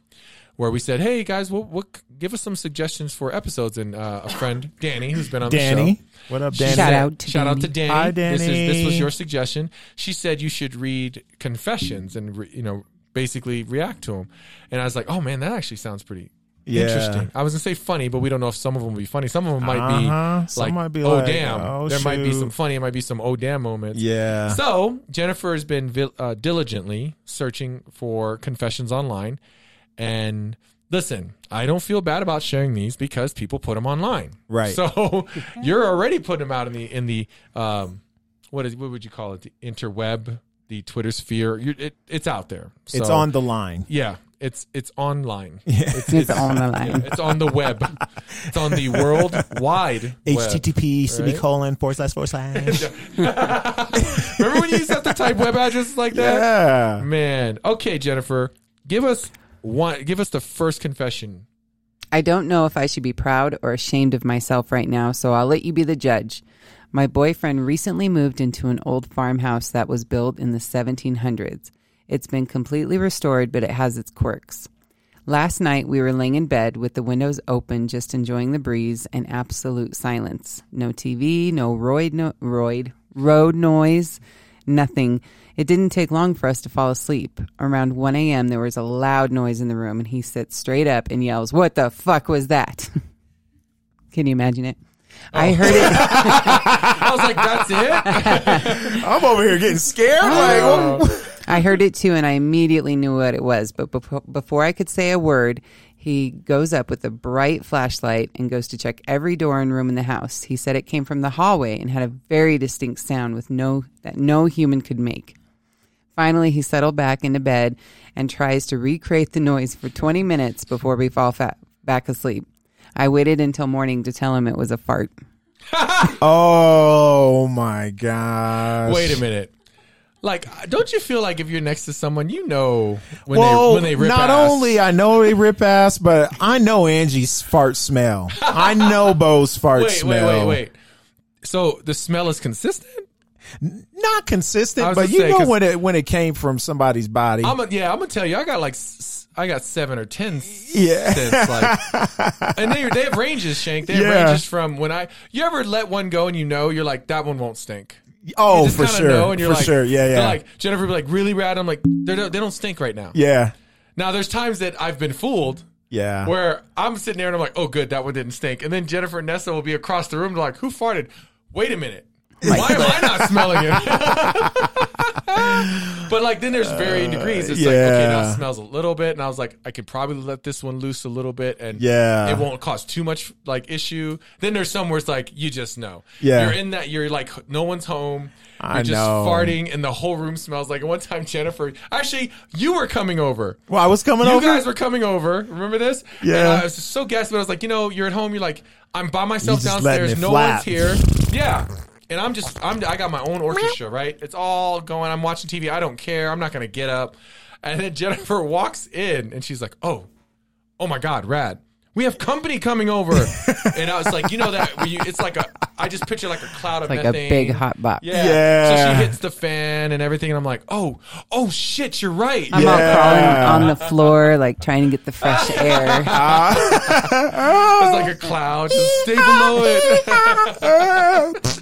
[SPEAKER 1] where we said, "Hey guys, what, what give us some suggestions for episodes?" And uh, a friend, Danny, who's been on the
[SPEAKER 2] Danny.
[SPEAKER 1] show.
[SPEAKER 2] What up,
[SPEAKER 1] she
[SPEAKER 2] Danny?
[SPEAKER 3] Shout out to
[SPEAKER 1] shout out
[SPEAKER 3] Danny.
[SPEAKER 1] to Danny.
[SPEAKER 2] Hi,
[SPEAKER 1] This, is, this was
[SPEAKER 2] Danny.
[SPEAKER 1] your suggestion. She said you should read confessions and re, you know basically react to them. And I was like, oh man, that actually sounds pretty
[SPEAKER 2] Yeah.
[SPEAKER 1] interesting. I was gonna say funny, but we don't know if some of them will be funny. Some of them might be
[SPEAKER 2] Uh-huh.
[SPEAKER 1] like,
[SPEAKER 2] Some might be
[SPEAKER 1] oh
[SPEAKER 2] like,
[SPEAKER 1] damn.
[SPEAKER 2] oh,
[SPEAKER 1] there might be
[SPEAKER 2] shoot.
[SPEAKER 1] some funny. It might be some oh damn moments.
[SPEAKER 2] Yeah.
[SPEAKER 1] So Jennifer has been vil- uh, diligently searching for confessions online, and listen, I don't feel bad about sharing these because people put them online.
[SPEAKER 2] Right.
[SPEAKER 1] So (laughs) you're already putting them out in the in the um, what is what would you call it? The interweb, the Twitter sphere. You're, it, it's out there.
[SPEAKER 2] it's
[SPEAKER 1] So-
[SPEAKER 2] on the line.
[SPEAKER 1] Yeah, it's it's
[SPEAKER 2] (laughs)
[SPEAKER 1] online.
[SPEAKER 3] It's, on the line.
[SPEAKER 1] Yeah, it's on the web. It's on the world
[SPEAKER 2] (laughs)
[SPEAKER 1] wide. web.
[SPEAKER 2] HTTP
[SPEAKER 1] semicolon,
[SPEAKER 2] forward slash
[SPEAKER 1] (laughs)
[SPEAKER 2] forward slash.
[SPEAKER 1] Remember when you used to have to type web addresses like that?
[SPEAKER 2] yeah.
[SPEAKER 1] Man. Okay, Jennifer, give us one. Give us the first confession.
[SPEAKER 3] I don't know if I should be proud or ashamed of myself right now, so I'll let you be the judge. My boyfriend recently moved into an old farmhouse that was built in the 1700s. It's been completely restored, but it has its quirks. Last night, we were laying in bed with the windows open, just enjoying the breeze and absolute silence. No TV, no roid, no, roid, road noise, nothing. It didn't take long for us to fall asleep. Around 1 a.m., there was a loud noise in the room, and he sits straight up and yells, What the fuck was that? (laughs) Can you imagine it? I heard it.
[SPEAKER 1] I was like, that's it.
[SPEAKER 2] (laughs) I'm over here getting scared. Like, oh. (laughs)
[SPEAKER 3] I heard it too, and I immediately knew what it was. But befo- before I could say a word, he goes up with a bright flashlight and goes to check every door and room in the house. He said it came from the hallway and had a very distinct sound with no that no human could make. Finally, he settled back into bed and tries to recreate the noise for 20 minutes before we fall fa- back asleep. I waited until morning to tell him it was a fart.
[SPEAKER 2] Oh, my gosh.
[SPEAKER 1] Wait a minute. Like, don't you feel like if you're next to someone, you know when
[SPEAKER 2] well,
[SPEAKER 1] they when they rip
[SPEAKER 2] not
[SPEAKER 1] ass.
[SPEAKER 2] only I know they rip
[SPEAKER 1] (laughs)
[SPEAKER 2] ass, but I know Angie's fart smell. I know Bo's fart
[SPEAKER 1] Wait, wait, wait,
[SPEAKER 2] smell.
[SPEAKER 1] wait. So the smell is consistent.
[SPEAKER 2] Not
[SPEAKER 1] I
[SPEAKER 2] consistent,
[SPEAKER 1] was
[SPEAKER 2] but
[SPEAKER 1] gonna
[SPEAKER 2] you
[SPEAKER 1] say,
[SPEAKER 2] know
[SPEAKER 1] 'cause-
[SPEAKER 2] when it when it came from somebody's body.
[SPEAKER 1] I'm a, yeah, I'm gonna tell you, I got like s- I got seven or ten
[SPEAKER 2] Yeah.
[SPEAKER 1] scents,
[SPEAKER 2] (laughs)
[SPEAKER 1] like, and they they have ranges, Shank. They have
[SPEAKER 2] Yeah.
[SPEAKER 1] ranges from when I you ever let one go and you know you're like that one won't stink. You
[SPEAKER 2] (laughs) oh,
[SPEAKER 1] just
[SPEAKER 2] for
[SPEAKER 1] kinda
[SPEAKER 2] sure,
[SPEAKER 1] know and you're
[SPEAKER 2] for
[SPEAKER 1] like,
[SPEAKER 2] sure, yeah,
[SPEAKER 1] they're
[SPEAKER 2] yeah,
[SPEAKER 1] Like Jennifer, be like really rad. I'm like they don't they don't stink right now.
[SPEAKER 2] yeah,
[SPEAKER 1] Now there's times that I've been fooled.
[SPEAKER 2] yeah.
[SPEAKER 1] Where I'm sitting there and I'm like, oh, good, that one didn't stink. And then Jennifer and Nessa will be across the room like, who farted? Wait a minute. Why am
[SPEAKER 2] (laughs)
[SPEAKER 1] I not smelling it? (laughs) but like, then there's varying degrees. It's like, okay, now
[SPEAKER 2] yeah.
[SPEAKER 1] it smells a little bit. And I was like, I could probably let this one loose a little bit and
[SPEAKER 2] Yeah.
[SPEAKER 1] it won't cause too much like issue. Then there's some where it's like, you just know.
[SPEAKER 2] Yeah.
[SPEAKER 1] You're in that, you're like, no one's home. You're
[SPEAKER 2] I
[SPEAKER 1] just
[SPEAKER 2] know.
[SPEAKER 1] farting and the whole room smells like. And one time, Jennifer, actually, you were coming over
[SPEAKER 2] well, I was coming
[SPEAKER 1] you
[SPEAKER 2] over.
[SPEAKER 1] guys were coming over. Remember this?
[SPEAKER 2] Yeah.
[SPEAKER 1] And I was just so gassed, but I was like, you know, you're at home. You're like, I'm by myself
[SPEAKER 2] You're just
[SPEAKER 1] downstairs.
[SPEAKER 2] letting it
[SPEAKER 1] No one's
[SPEAKER 2] flap.
[SPEAKER 1] here. Yeah. And I'm just, I'm, I got my own orchestra, right? It's all going. I'm watching TV. I don't care. I'm not going to get up. And then Jennifer (laughs) walks in and she's like, oh, oh my God, rad. We have company coming
[SPEAKER 2] (laughs)
[SPEAKER 1] over. and I was like, you know that, when you, it's like a, I just picture like a cloud of
[SPEAKER 3] Like a
[SPEAKER 1] methane.
[SPEAKER 3] big hot box.
[SPEAKER 1] Yeah.
[SPEAKER 2] Yeah.
[SPEAKER 1] So she hits the fan and everything. And I'm like, oh, oh shit, you're right.
[SPEAKER 3] I'm out
[SPEAKER 2] Yeah.
[SPEAKER 3] crawling on the floor, like trying to get the fresh air.
[SPEAKER 2] Ah.
[SPEAKER 1] It's like a cloud. Just (laughs) stay below it.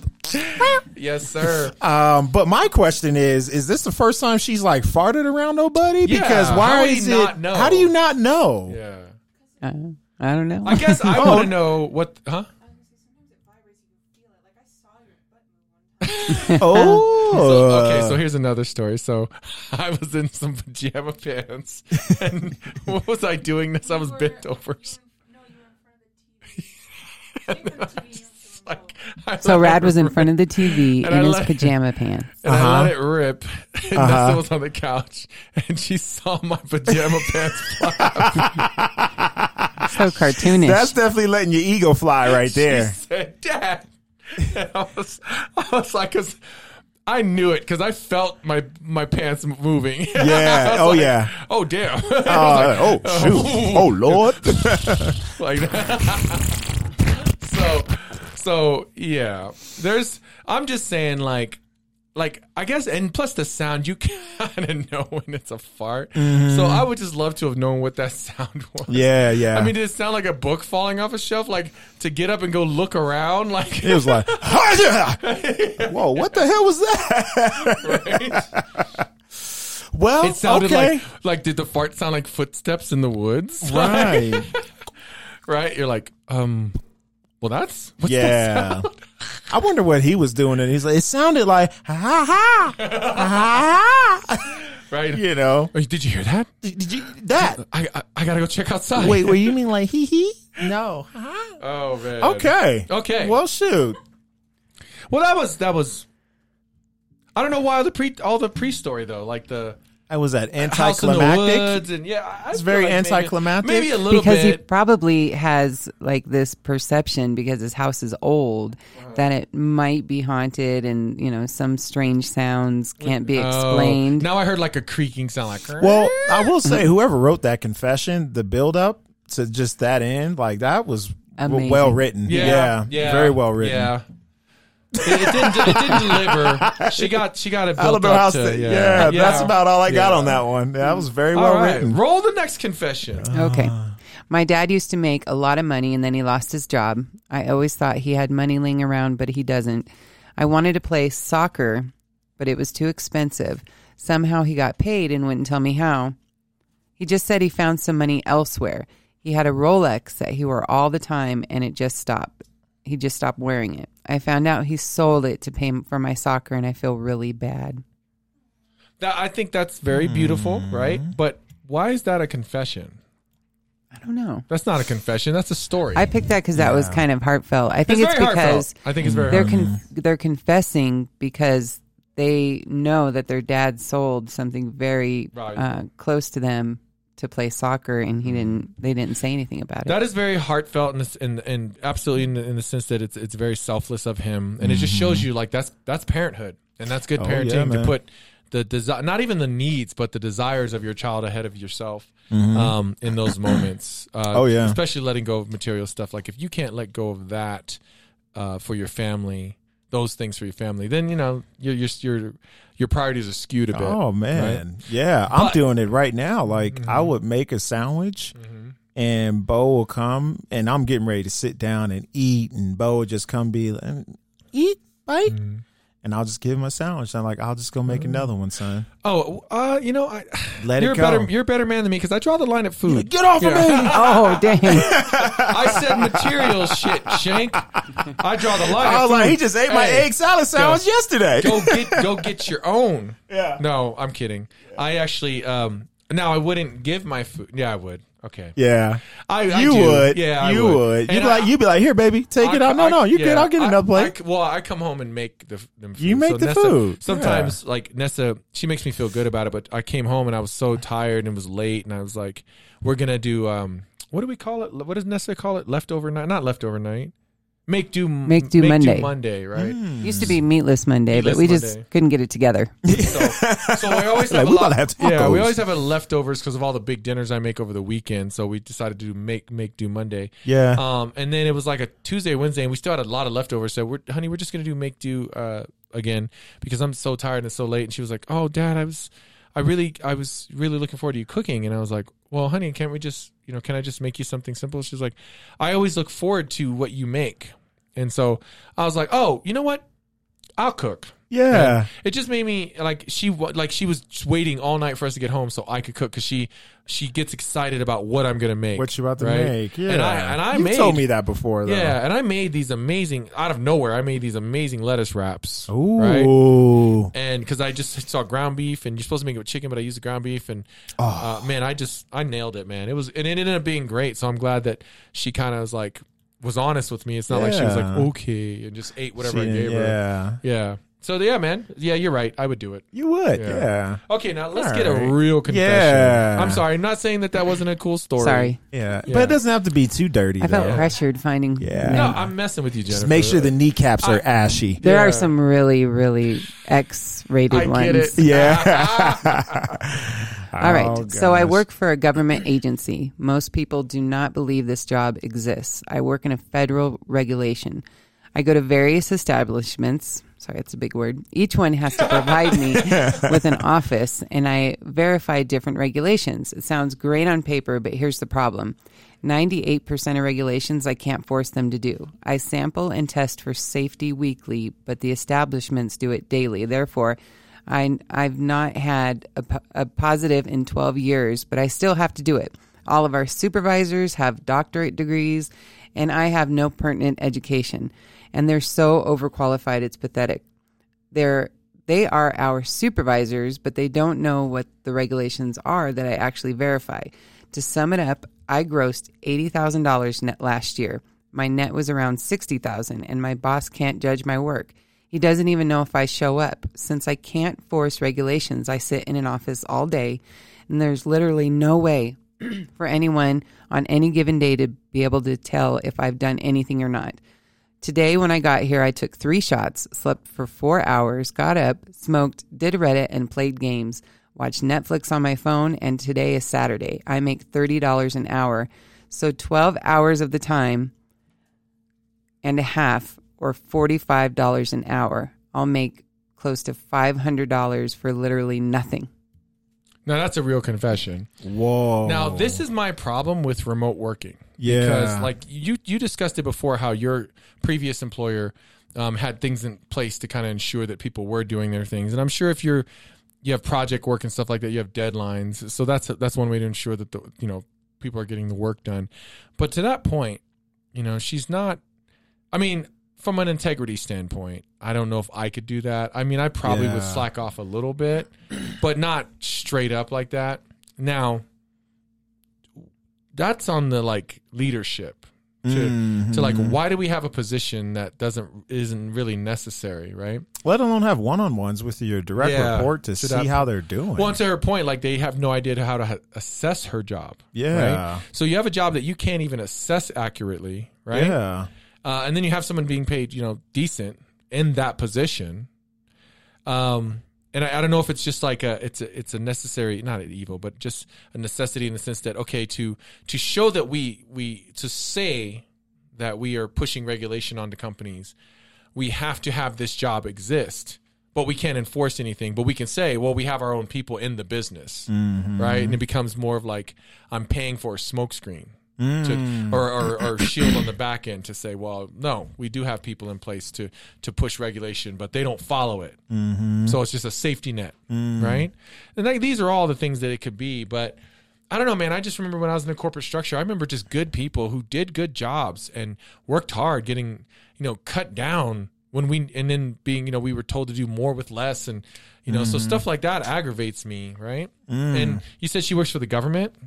[SPEAKER 1] (laughs) yes, sir.
[SPEAKER 2] (laughs) Um, but my question is: Is this the first time she's like farted around nobody?
[SPEAKER 1] Yeah,
[SPEAKER 2] because
[SPEAKER 1] how
[SPEAKER 2] why
[SPEAKER 1] would
[SPEAKER 2] is
[SPEAKER 1] he
[SPEAKER 2] it?
[SPEAKER 1] not know?
[SPEAKER 2] How do you not know?
[SPEAKER 1] Yeah.
[SPEAKER 3] Uh, I don't know.
[SPEAKER 1] I
[SPEAKER 3] (laughs)
[SPEAKER 1] guess I want to know what, huh?
[SPEAKER 2] Oh,
[SPEAKER 1] okay, so here's another story. So (laughs) I was in some pajama pants, (laughs) and what was I doing? This I was bent over. (laughs) Like, I
[SPEAKER 3] so
[SPEAKER 1] let
[SPEAKER 3] Rad
[SPEAKER 1] it
[SPEAKER 3] was in Uh-huh.
[SPEAKER 1] rip,
[SPEAKER 3] front of the TV
[SPEAKER 1] And
[SPEAKER 3] in
[SPEAKER 1] I
[SPEAKER 3] his
[SPEAKER 1] let- (laughs)
[SPEAKER 3] pajama pants.
[SPEAKER 1] and I let it rip. (laughs) And
[SPEAKER 2] Uh-huh.
[SPEAKER 1] Nessa was on the couch, and she saw my
[SPEAKER 2] (laughs)
[SPEAKER 1] pajama pants.
[SPEAKER 3] So cartoonish.
[SPEAKER 2] that's definitely letting your ego fly right there.
[SPEAKER 1] She said, "Dad," and I was, I was like, "Cause I knew it, cause I felt my my pants moving." (laughs)
[SPEAKER 2] Yeah.
[SPEAKER 1] I was
[SPEAKER 2] Oh,
[SPEAKER 1] like,
[SPEAKER 2] yeah.
[SPEAKER 1] Oh damn.
[SPEAKER 2] Uh, (laughs) oh shoot! Oh lord!
[SPEAKER 1] (laughs) like (laughs) so so yeah there's i'm just saying like like i guess and plus the sound you (laughs) kind of know when it's a fart so i would just love to have known what that (laughs) sound was
[SPEAKER 2] Mm-hmm. yeah, yeah.
[SPEAKER 1] i mean did it sound like a book falling off a shelf like to get up and go look around (laughs) like
[SPEAKER 2] it was like,
[SPEAKER 1] (laughs)
[SPEAKER 2] whoa! What the hell was that? (laughs) well,
[SPEAKER 1] it sounded
[SPEAKER 2] okay,
[SPEAKER 1] like like did the fart sound like footsteps in the woods
[SPEAKER 2] right?
[SPEAKER 1] (laughs) right you're like um well that's what's
[SPEAKER 2] Yeah. I wonder what he was doing, and he's like, it sounded like ha ha ha ha. (laughs)
[SPEAKER 1] right
[SPEAKER 2] You know,
[SPEAKER 1] Oh, did you hear that
[SPEAKER 2] Did- did you, that
[SPEAKER 1] I, I, I gotta go check outside.
[SPEAKER 2] Wait, wait, you mean like hee hee? No.
[SPEAKER 1] Oh man.
[SPEAKER 2] Okay.
[SPEAKER 1] Okay.
[SPEAKER 2] Well, shoot.
[SPEAKER 1] Well, that was that was. I don't know why the pre all the pre story though, like the
[SPEAKER 2] I was that
[SPEAKER 1] house in the
[SPEAKER 2] anticlimactic.
[SPEAKER 1] woods and yeah, I- I
[SPEAKER 2] It's
[SPEAKER 1] feel
[SPEAKER 2] very
[SPEAKER 1] like maybe-
[SPEAKER 2] anticlimactic.
[SPEAKER 1] Maybe, a little
[SPEAKER 3] because he
[SPEAKER 1] bit.
[SPEAKER 3] probably has like this perception because his house is old that it might be haunted and you know some strange sounds can't be
[SPEAKER 1] Oh,
[SPEAKER 3] explained.
[SPEAKER 1] now I heard like a creaking sound, like
[SPEAKER 2] Well, I will say, whoever wrote that confession, the build up to just that end, like that was
[SPEAKER 3] Amazing.
[SPEAKER 2] well written.
[SPEAKER 1] yeah, yeah,
[SPEAKER 2] Very well written.
[SPEAKER 1] Yeah. It, it didn't. It didn't deliver. She got. She got it built
[SPEAKER 2] Alabama
[SPEAKER 1] up
[SPEAKER 2] House.
[SPEAKER 1] to-
[SPEAKER 2] yeah. that's about all I got
[SPEAKER 1] Yeah.
[SPEAKER 2] on that one. That was very
[SPEAKER 1] All
[SPEAKER 2] well
[SPEAKER 1] right,
[SPEAKER 2] written.
[SPEAKER 1] roll the next confession.
[SPEAKER 3] Okay.
[SPEAKER 1] Ah.
[SPEAKER 3] My dad used to make a lot of money and then he lost his job. I always thought he had money laying around, but he doesn't. I wanted to play soccer, but it was too expensive. Somehow he got paid and wouldn't tell me how. He just said he found some money elsewhere. He had a Rolex that he wore all the time and it just stopped. He just stopped wearing it. I found out he sold it to pay for my soccer and I feel really bad.
[SPEAKER 1] That, I think that's very beautiful,
[SPEAKER 2] Mm-hmm.
[SPEAKER 1] right? But why is that a confession?
[SPEAKER 3] I don't know.
[SPEAKER 1] That's not a confession. That's a story.
[SPEAKER 3] I picked that because that was kind of heartfelt. I think it's,
[SPEAKER 1] very
[SPEAKER 3] because
[SPEAKER 1] heartfelt. I think it's very
[SPEAKER 3] they're
[SPEAKER 1] heartfelt.
[SPEAKER 3] con- they're confessing because they know that their dad sold something very
[SPEAKER 1] Right. Mm.
[SPEAKER 3] uh, close to them to play soccer, and he didn't. They didn't say anything about it.
[SPEAKER 1] That is very heartfelt and in, in, in absolutely in the, in the sense that it's it's very selfless of him, and it just shows you like that's that's parenthood and that's good
[SPEAKER 2] Mm-hmm. Oh,
[SPEAKER 1] parenting
[SPEAKER 2] yeah,
[SPEAKER 1] to
[SPEAKER 2] man.
[SPEAKER 1] put the desire, not even the needs, but the desires of your child ahead of yourself um, in those moments. Uh,
[SPEAKER 2] Mm-hmm. Oh, yeah.
[SPEAKER 1] especially letting go of material stuff. Like if you can't let go of that uh, for your family, those things for your family, then you know your your your, your priorities are skewed a bit.
[SPEAKER 2] Oh man, yeah, I'm
[SPEAKER 1] But- Mm-hmm.
[SPEAKER 2] doing it right now. Like I would make a sandwich, and Bo will come, and I'm getting ready to sit down and eat, and Bo will just come be like, eat, bite,
[SPEAKER 1] Mm-hmm.
[SPEAKER 2] and I'll just give him a sandwich. I'm like, I'll just go make another one, son.
[SPEAKER 1] Oh, uh, you know, I,
[SPEAKER 2] Let it
[SPEAKER 1] you're a
[SPEAKER 2] go.
[SPEAKER 1] better you're a better man than me because I draw the line at food.
[SPEAKER 2] Get off
[SPEAKER 1] (laughs)
[SPEAKER 2] of me!
[SPEAKER 3] Oh, dang.
[SPEAKER 1] I said material
[SPEAKER 2] (laughs)
[SPEAKER 1] shit, Shank. I draw the line.
[SPEAKER 2] I
[SPEAKER 1] at
[SPEAKER 2] was like,
[SPEAKER 1] food.
[SPEAKER 2] he just ate my
[SPEAKER 1] Hey,
[SPEAKER 2] egg salad sandwich yesterday.
[SPEAKER 1] Go get go get your own.
[SPEAKER 2] Yeah.
[SPEAKER 1] No, I'm kidding. I actually um now I wouldn't give my food. Yeah, I would. Okay.
[SPEAKER 2] (laughs) Yeah,
[SPEAKER 1] I, I
[SPEAKER 2] you
[SPEAKER 1] do.
[SPEAKER 2] would.
[SPEAKER 1] Yeah, I
[SPEAKER 2] you
[SPEAKER 1] would.
[SPEAKER 2] would. You'd
[SPEAKER 1] And
[SPEAKER 2] be like,
[SPEAKER 1] I-
[SPEAKER 2] you'd be like, here, baby, take it
[SPEAKER 1] I-
[SPEAKER 2] out. No,
[SPEAKER 1] I-
[SPEAKER 2] no, you're
[SPEAKER 1] yeah,
[SPEAKER 2] good. I'll get
[SPEAKER 1] I-
[SPEAKER 2] another plate.
[SPEAKER 1] I- well, I come home and make the them food.
[SPEAKER 2] You make the
[SPEAKER 1] Nessa-
[SPEAKER 2] food,
[SPEAKER 1] Sometimes, like Nessa, she makes me feel good about it. But I came home and I was so tired and it was late, and I was like, "We're gonna do um, what do we call it? What does Nessa call it? Leftover night? Not leftover night. Make do.
[SPEAKER 3] Make do Monday.
[SPEAKER 1] Monday, right?
[SPEAKER 3] (laughs)
[SPEAKER 2] Mm.
[SPEAKER 3] Used to be Meatless Monday, but we
[SPEAKER 1] Meatless
[SPEAKER 3] just
[SPEAKER 1] Monday.
[SPEAKER 3] couldn't get it together.
[SPEAKER 1] So, so
[SPEAKER 2] (laughs)
[SPEAKER 1] we always
[SPEAKER 2] Like,
[SPEAKER 1] have
[SPEAKER 2] we
[SPEAKER 1] a lot.
[SPEAKER 2] gotta have
[SPEAKER 1] yeah, we
[SPEAKER 2] tacos.
[SPEAKER 1] always have a leftovers because of all the big dinners I make over the weekend. So we decided to do make make do Monday.
[SPEAKER 2] Yeah.
[SPEAKER 1] Um, and then it was like a Tuesday, Wednesday, and we still had a lot of leftovers. So we're, honey, we're just gonna do make do uh again because I'm so tired and it's so late. And she was like, "Oh, Dad, I was, I really, I was really looking forward to you cooking." And I was like, "Well, honey, can't we just, you know, can I just make you something simple?" She's like, "I always look forward to what you make," and so I was like, "Oh, you know what? I'll cook."
[SPEAKER 2] yeah.
[SPEAKER 1] And it just made me like she wa- like she was just waiting all night for us to get home so I could cook because she she gets excited about what I'm gonna make.
[SPEAKER 2] What you about to
[SPEAKER 1] right?
[SPEAKER 2] make? Yeah.
[SPEAKER 1] and I and I
[SPEAKER 2] you
[SPEAKER 1] made
[SPEAKER 2] told me that before. Though.
[SPEAKER 1] yeah, and I made these amazing out of nowhere. I made these amazing lettuce wraps. Right?
[SPEAKER 2] Ooh.
[SPEAKER 1] And because I just saw ground beef, and you're supposed to make it with chicken, but I used the ground beef, and
[SPEAKER 2] Oh.
[SPEAKER 1] uh, man, I just I nailed it, man. It was and it ended up being great. So I'm glad that she kind of was like was honest with me. It's not like she was like
[SPEAKER 2] Yeah.
[SPEAKER 1] okay and just ate whatever I
[SPEAKER 2] She-
[SPEAKER 1] gave her.
[SPEAKER 2] yeah.
[SPEAKER 1] Yeah. So yeah, man. Yeah, you're right. I would do it.
[SPEAKER 2] You would.
[SPEAKER 1] Yeah.
[SPEAKER 2] Yeah.
[SPEAKER 1] Okay, now let's
[SPEAKER 2] All
[SPEAKER 1] get
[SPEAKER 2] right.
[SPEAKER 1] a real confession.
[SPEAKER 2] Yeah.
[SPEAKER 1] I'm sorry. I'm not saying that that wasn't a cool story.
[SPEAKER 3] Sorry.
[SPEAKER 2] Yeah.
[SPEAKER 1] Yeah.
[SPEAKER 2] But it doesn't have to be too dirty,
[SPEAKER 3] I felt
[SPEAKER 2] though.
[SPEAKER 3] pressured finding.
[SPEAKER 2] Yeah.
[SPEAKER 1] No, I'm messing with you, Jennifer.
[SPEAKER 2] Just make sure the kneecaps are
[SPEAKER 1] (laughs)
[SPEAKER 2] ashy.
[SPEAKER 3] There
[SPEAKER 1] Yeah.
[SPEAKER 3] are some really, really X rated
[SPEAKER 1] I
[SPEAKER 3] ones.
[SPEAKER 1] get it.
[SPEAKER 3] All right.
[SPEAKER 2] Oh,
[SPEAKER 3] so I
[SPEAKER 2] gosh.
[SPEAKER 3] work for a government agency. Most people do not believe this job exists. I work in a federal regulation. I go to various establishments. Sorry, that's a big word. Each one has to provide
[SPEAKER 2] (laughs)
[SPEAKER 3] me with an office, and I verify different regulations. It sounds great on paper, but here's the problem 98% of regulations I can't force them to do. I sample and test for safety weekly, but the establishments do it daily. Therefore, I, I've not had a, po- a positive in 12 years, but I still have to do it. All of our supervisors have doctorate degrees, and I have no pertinent education. And they're so overqualified, it's pathetic. They're, they are our supervisors, but they don't know what the regulations are that I actually verify. To sum it up, I grossed $80,000 net last year. My net was around 60,000 and my boss can't judge my work. He doesn't even know if I show up. Since I can't force regulations, I sit in an office all day, and there's literally no way (clears throat) for anyone on any given day to be able to tell if I've done anything or not. Today, when I got here, I took three shots, slept for four hours, got up, smoked, did Reddit, and played games. Watched Netflix on my phone, and today is Saturday. I make $30 an hour. So 12 hours of the time and a half or $45 an hour. I'll make close to $500 for literally nothing.
[SPEAKER 1] Now that's a real confession.
[SPEAKER 2] (laughs) Whoa.
[SPEAKER 1] Now this is my problem with remote working.
[SPEAKER 2] Yeah.
[SPEAKER 1] Because like you you discussed it before how your previous employer um, had things in place to kind of ensure that people were doing their things. And I'm sure if you're you have project work and stuff like that, you have deadlines. So that's that's one way to ensure that the you know people are getting the work done. But to that point, you know, she's not I mean, from an integrity standpoint, I don't know if I could do that. I mean, I probably would
[SPEAKER 2] Yeah.
[SPEAKER 1] slack off a little bit, (clears throat) but not straight up like that. Now, that's on the like leadership to
[SPEAKER 2] Mm.
[SPEAKER 1] to like
[SPEAKER 2] Mm-hmm.
[SPEAKER 1] why do we have a position that doesn't isn't really necessary, right?
[SPEAKER 2] Let alone have one on ones with your direct
[SPEAKER 1] Yeah.
[SPEAKER 2] report to
[SPEAKER 1] To
[SPEAKER 2] see
[SPEAKER 1] that-
[SPEAKER 2] how they're doing.
[SPEAKER 1] Well, and to her point, like they have no idea how to ha- assess her job.
[SPEAKER 2] Yeah.
[SPEAKER 1] Right? So you have a job that you can't even assess accurately, right?
[SPEAKER 2] Yeah.
[SPEAKER 1] uh, and then you have someone being paid, you know, decent in that position. Um, and I, I don't know if it's just like a it's a it's a necessary not an evil, but just a necessity in the sense that okay to to show that we we to say that we are pushing regulation onto companies, we have to have this job exist, but we can't enforce anything. But we can say, well, we have our own people in the business, right? And it becomes more of like I'm paying for a smokescreen. To, or, or, or shield on the back end to say, well, no, we do have people in place to to push regulation, but they don't follow it. So it's just a safety net, right? And like these are all the things that it could be, but I don't know, man. I just remember when I was in the corporate structure, I remember just good people who did good jobs and worked hard, getting you know cut down when we and then being you know we were told to do more with less, and you know so stuff like that aggravates me, right? And you said she works for the government. (laughs)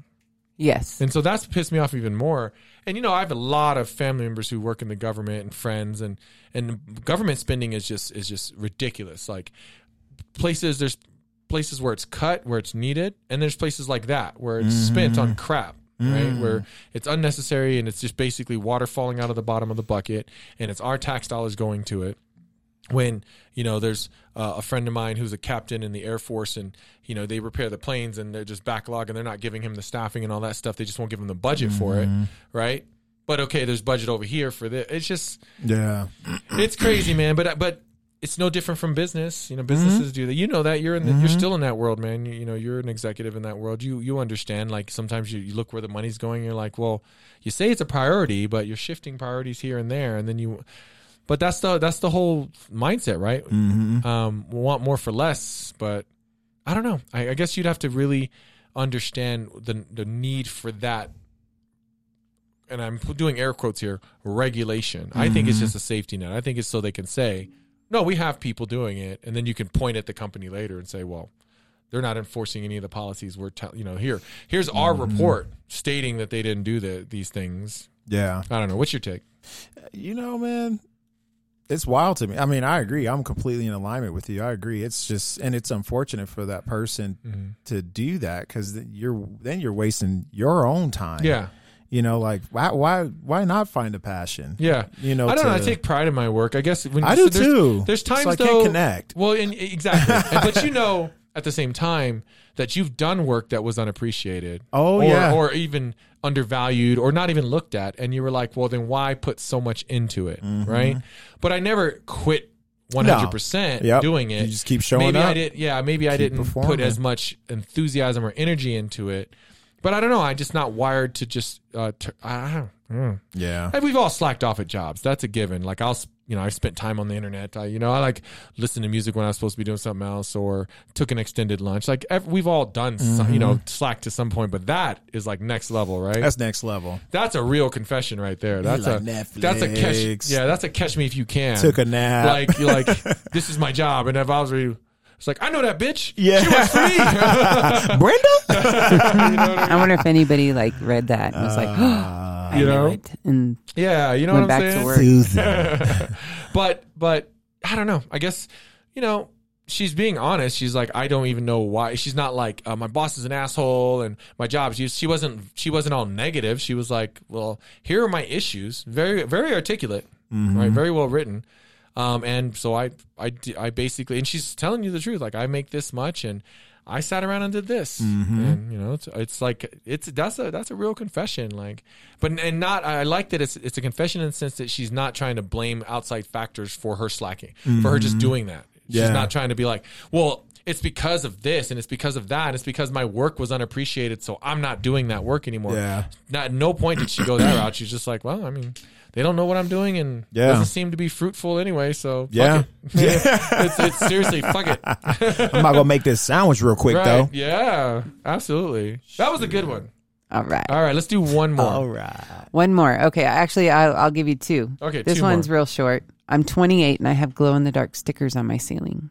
[SPEAKER 3] Yes.
[SPEAKER 1] And so that's pissed me off even more. And you know, I have a lot of family members who work in the government and friends and and government spending is just is just ridiculous. Like places there's places where it's cut where it's needed and there's places like that where it's spent on crap. Right, where it's unnecessary and it's just basically water falling out of the bottom of the bucket, and it's our tax dollars going to it when you know there's uh, a friend of mine who's a captain in the air force and you know they repair the planes and they're just backlog and they're not giving him the staffing and all that stuff they just won't give him the budget for it right but okay there's budget over here for this it's just
[SPEAKER 2] Yeah.
[SPEAKER 1] it's crazy man but but it's no different from business you know businesses do that you know that you're in the, you're still in that world man you, you know you're an executive in that world you you understand like sometimes you, you look where the money's going you're like well you say it's a priority but you're shifting priorities here and there and then you but that's the that's the whole mindset right um, want more for less. But I don't know. I, I guess you'd have to really understand the the need for that. And I'm doing air quotes here. Regulation. I think it's just a safety net. I think it's so they can say, "No, we have people doing it," and then you can point at the company later and say, "Well." They're not enforcing any of the policies we're, tell you know, here. Here's our report stating that they didn't do the, these things.
[SPEAKER 2] Yeah.
[SPEAKER 1] I don't know. What's your take?
[SPEAKER 2] you know, man, it's wild to me. I mean, I agree. I'm completely in alignment with you. I agree. It's just, and it's unfortunate for that person
[SPEAKER 1] Mm-hmm.
[SPEAKER 2] to do that because you're then you're wasting your own time.
[SPEAKER 1] Yeah,
[SPEAKER 2] You know, like why why why not find a passion?
[SPEAKER 1] yeah.
[SPEAKER 2] You know,
[SPEAKER 1] I don't know. I
[SPEAKER 2] to-
[SPEAKER 1] take pride in my work. I guess when
[SPEAKER 2] I do
[SPEAKER 1] there's-
[SPEAKER 2] too.
[SPEAKER 1] There's times
[SPEAKER 2] so I
[SPEAKER 1] though.
[SPEAKER 2] can't connect.
[SPEAKER 1] Well, and, e,
[SPEAKER 2] (laughs)
[SPEAKER 1] exactly. And- but you know, at the same time, that you've done work that was unappreciated.
[SPEAKER 2] Oh,
[SPEAKER 1] or,
[SPEAKER 2] yeah.
[SPEAKER 1] Or even undervalued, or not even looked at, and you were like, "Well, then why put so much into it?"
[SPEAKER 2] Mm-hmm.
[SPEAKER 1] Right. But I never quit. One hundred percent
[SPEAKER 2] Yep.
[SPEAKER 1] doing it.
[SPEAKER 2] You just keep showing
[SPEAKER 1] maybe I
[SPEAKER 2] up.
[SPEAKER 1] did. Yeah, maybe I didn't put
[SPEAKER 2] performing.
[SPEAKER 1] as much enthusiasm or energy into it. But I don't know. I'm just not wired to just. Uh, t- I don't. mm.
[SPEAKER 2] Yeah.
[SPEAKER 1] Hey, we've all slacked off at jobs. That's a given. Like I'll, s- you know, I've spent time on the internet. I, you know, I like listen to music when I was supposed to be doing something else, or took an extended lunch. Like ev- we've all done, some, you know, slack to some point. But that is like next level, right? That's,
[SPEAKER 2] Mm-hmm. That's next level.
[SPEAKER 1] a real confession right there. That's
[SPEAKER 2] like
[SPEAKER 1] a that's a catch.
[SPEAKER 2] Netflix.
[SPEAKER 1] Yeah, that's a catch me if you can.
[SPEAKER 2] Took a nap.
[SPEAKER 1] Like you're
[SPEAKER 2] (laughs)
[SPEAKER 1] like this is my job, and if I was you, it's like I know that bitch.
[SPEAKER 2] Yeah.
[SPEAKER 1] she works for me. (laughs)
[SPEAKER 2] (laughs) Brenda.
[SPEAKER 1] You know what I mean?
[SPEAKER 3] I wonder if anybody like read that and was like, (gasps) I
[SPEAKER 1] You
[SPEAKER 3] knew
[SPEAKER 1] know?
[SPEAKER 3] it, and
[SPEAKER 1] Yeah, you know
[SPEAKER 3] went
[SPEAKER 1] what I'm
[SPEAKER 3] back
[SPEAKER 1] saying.
[SPEAKER 3] to work.
[SPEAKER 1] but but I don't know. I guess you know she's being honest. She's like I don't even know why. She's not like uh, my boss is an asshole and my job. She she wasn't she wasn't all negative. She was like, well, here are my issues. Very very articulate, right? Very well written. Um, and so I, I, d- I basically, and she's telling you the truth. Like I make this much, and I sat around and did this,
[SPEAKER 2] Mm-hmm.
[SPEAKER 1] and you know, it's, it's like it's that's a that's a real confession. Like, but and not I like that it's it's a confession in the sense that she's not trying to blame outside factors for her slacking, for her just doing that. She's
[SPEAKER 2] Mm-hmm. Yeah.
[SPEAKER 1] not trying to be like, well, it's because of this and it's because of that. It's because my work was unappreciated, so I'm not doing that work anymore.
[SPEAKER 2] Yeah.
[SPEAKER 1] Not at no point did she go that route. She's just like, well, I mean, they don't know what I'm doing, and
[SPEAKER 2] Yeah.
[SPEAKER 1] doesn't seem to be fruitful anyway. So fuck
[SPEAKER 2] (laughs) Yeah.
[SPEAKER 1] it. (laughs) it's, it's seriously fuck
[SPEAKER 2] (laughs)
[SPEAKER 1] it.
[SPEAKER 2] I'm not gonna make this sandwich real quick
[SPEAKER 1] Right.
[SPEAKER 2] though.
[SPEAKER 1] Yeah, absolutely. That was a good one.
[SPEAKER 3] All right.
[SPEAKER 1] All right, let's do one more.
[SPEAKER 2] right.
[SPEAKER 3] One more. Okay. Actually, I'll, I'll give you two.
[SPEAKER 1] Okay,
[SPEAKER 3] This
[SPEAKER 1] two
[SPEAKER 3] one's
[SPEAKER 1] more.
[SPEAKER 3] real short. I'm 28 and I have glow in the dark stickers on my ceiling.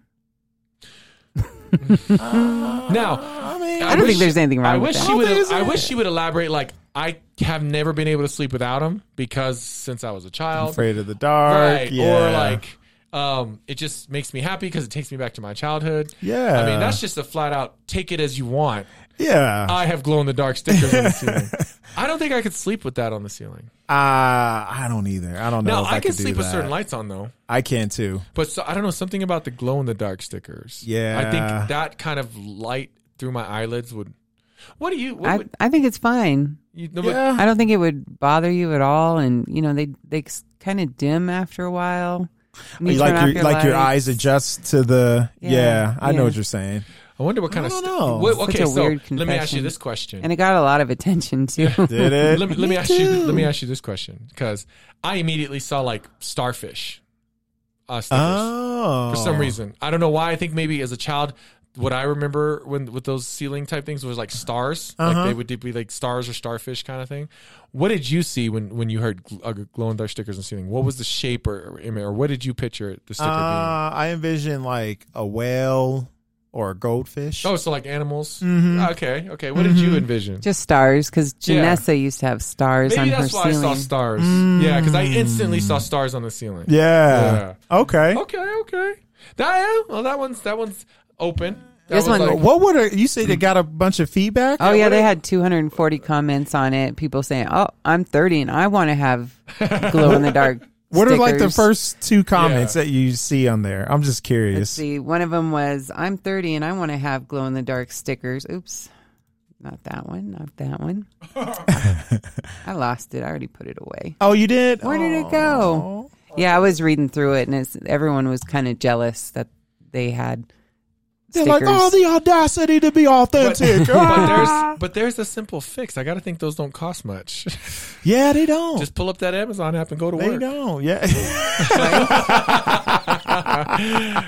[SPEAKER 1] now,
[SPEAKER 2] I mean,
[SPEAKER 3] I don't
[SPEAKER 1] wish-
[SPEAKER 3] think there's anything wrong
[SPEAKER 1] I
[SPEAKER 3] with
[SPEAKER 1] wish
[SPEAKER 3] that.
[SPEAKER 1] she would.
[SPEAKER 2] think it's
[SPEAKER 1] I
[SPEAKER 2] right.
[SPEAKER 1] wish she would elaborate. Like, I have never been able to sleep without him because since I was a child,
[SPEAKER 2] afraid of the dark.
[SPEAKER 1] right?
[SPEAKER 2] Yeah.
[SPEAKER 1] Or like, um, it just makes me happy because it takes me back to my childhood.
[SPEAKER 2] Yeah.
[SPEAKER 1] I mean, that's just a flat out take it as you want.
[SPEAKER 2] yeah.
[SPEAKER 1] I have glow in the dark stickers
[SPEAKER 2] (laughs)
[SPEAKER 1] on the ceiling. I don't think I could sleep with that on the ceiling.
[SPEAKER 2] Uh, I don't either. I don't
[SPEAKER 1] No,
[SPEAKER 2] know. if
[SPEAKER 1] I, can
[SPEAKER 2] could do
[SPEAKER 1] sleep with certain
[SPEAKER 2] that.
[SPEAKER 1] lights on though.
[SPEAKER 2] I can too.
[SPEAKER 1] But so, I don't know something about the glow in the dark stickers.
[SPEAKER 2] Yeah.
[SPEAKER 1] I think that kind of light through my eyelids would. What do you? What
[SPEAKER 3] I,
[SPEAKER 1] would,
[SPEAKER 3] I think it's fine.
[SPEAKER 1] you no, but-
[SPEAKER 2] Yeah.
[SPEAKER 3] I don't think it would bother you at all. And, you know, they, they kind of dim after a while. And you
[SPEAKER 2] like
[SPEAKER 3] turn off
[SPEAKER 2] your, like your
[SPEAKER 3] lights.
[SPEAKER 2] eyes adjust to the yeah.
[SPEAKER 3] Yeah,
[SPEAKER 2] I know
[SPEAKER 3] yeah.
[SPEAKER 2] what you're saying.
[SPEAKER 1] I wonder what kind of
[SPEAKER 2] don't
[SPEAKER 1] stu-
[SPEAKER 2] know.
[SPEAKER 1] what-
[SPEAKER 3] Such
[SPEAKER 1] okay,
[SPEAKER 3] a
[SPEAKER 1] so
[SPEAKER 3] weird
[SPEAKER 1] let me ask you
[SPEAKER 3] confession.
[SPEAKER 1] this question.
[SPEAKER 3] And it got a lot of attention too.
[SPEAKER 2] Did
[SPEAKER 1] (laughs) let
[SPEAKER 2] it?
[SPEAKER 1] me, let me ask you. Let me ask you this question because I immediately saw like starfish. Uh, stickers.
[SPEAKER 2] oh,
[SPEAKER 1] for some reason. I don't know why. I think maybe as a child, what I remember when with those ceiling type things was like stars.
[SPEAKER 3] Uh-huh.
[SPEAKER 1] Like they would be like stars or starfish kind of thing. What did you see when when you heard gl- uh, glow in dark stickers and ceiling? What was the shape or or, or what did you picture the
[SPEAKER 2] Uh,
[SPEAKER 1] sticker
[SPEAKER 2] I envision like a whale or a goldfish.
[SPEAKER 1] being? Oh, so like animals. Okay, okay. What did you envision?
[SPEAKER 3] (laughs) Mm-hmm. Just stars, because
[SPEAKER 1] Yeah.
[SPEAKER 3] Janessa used to have stars
[SPEAKER 1] Maybe
[SPEAKER 3] on her
[SPEAKER 1] that's why
[SPEAKER 3] ceiling. Mm.
[SPEAKER 1] I saw stars. Yeah, because I instantly saw stars on the ceiling.
[SPEAKER 2] yeah. Okay.
[SPEAKER 1] Okay, okay. That yeah, well, that one's that one's open. That
[SPEAKER 3] This
[SPEAKER 1] was
[SPEAKER 3] one-
[SPEAKER 1] like- Hmm?
[SPEAKER 2] What would a, you say? They got a bunch of feedback.
[SPEAKER 3] Oh yeah,
[SPEAKER 1] what
[SPEAKER 3] they
[SPEAKER 1] if-
[SPEAKER 3] had 240 comments on it. People saying, "Oh, I'm 30 and I want to have glow in the dark."
[SPEAKER 2] What are like the
[SPEAKER 3] stickers."
[SPEAKER 2] first two comments
[SPEAKER 1] Yeah.
[SPEAKER 2] that you see on there? I'm just
[SPEAKER 3] Let's
[SPEAKER 2] curious.
[SPEAKER 3] see. One of them was, "I'm 30 and I want to have glow in the dark stickers." Oops, not that one. Not
[SPEAKER 2] (laughs)
[SPEAKER 3] that one. I lost it. I already put it away.
[SPEAKER 2] Oh, you did.
[SPEAKER 3] Where did it go? Yeah, I was reading through it, and it's, everyone was kind of jealous that they had.
[SPEAKER 2] They're
[SPEAKER 3] Stickers.
[SPEAKER 2] like, oh, the audacity to be authentic.
[SPEAKER 1] (laughs) But
[SPEAKER 2] Ah.
[SPEAKER 1] there's but there's a simple fix. I got to think those don't cost much. (laughs)
[SPEAKER 2] yeah, they don't.
[SPEAKER 1] Just pull up that Amazon app and go to
[SPEAKER 2] they
[SPEAKER 1] work. (laughs)
[SPEAKER 2] don't. Yeah.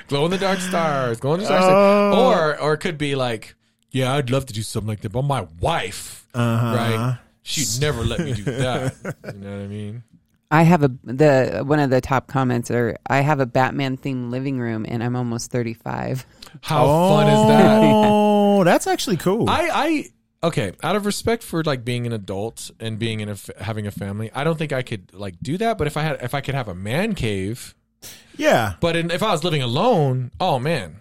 [SPEAKER 1] Glow in the dark stars. Glow in the dark
[SPEAKER 2] Oh.
[SPEAKER 1] stars. Or or it could be like, yeah, I'd love to do something like that, but my wife,
[SPEAKER 2] Uh-huh.
[SPEAKER 1] right? She'd never let me do that. (laughs) You know what I mean?
[SPEAKER 3] I have a the one of the top comments are I have a Batman themed living room and I'm almost 35.
[SPEAKER 1] How fun is that?
[SPEAKER 2] Oh, (laughs) that's actually cool.
[SPEAKER 1] I I okay. Out of respect for like being an adult and being in a f- having a family, I don't think I could like do that. But if I had if I could have a man cave,
[SPEAKER 2] yeah.
[SPEAKER 1] but in, if I was living alone, oh man,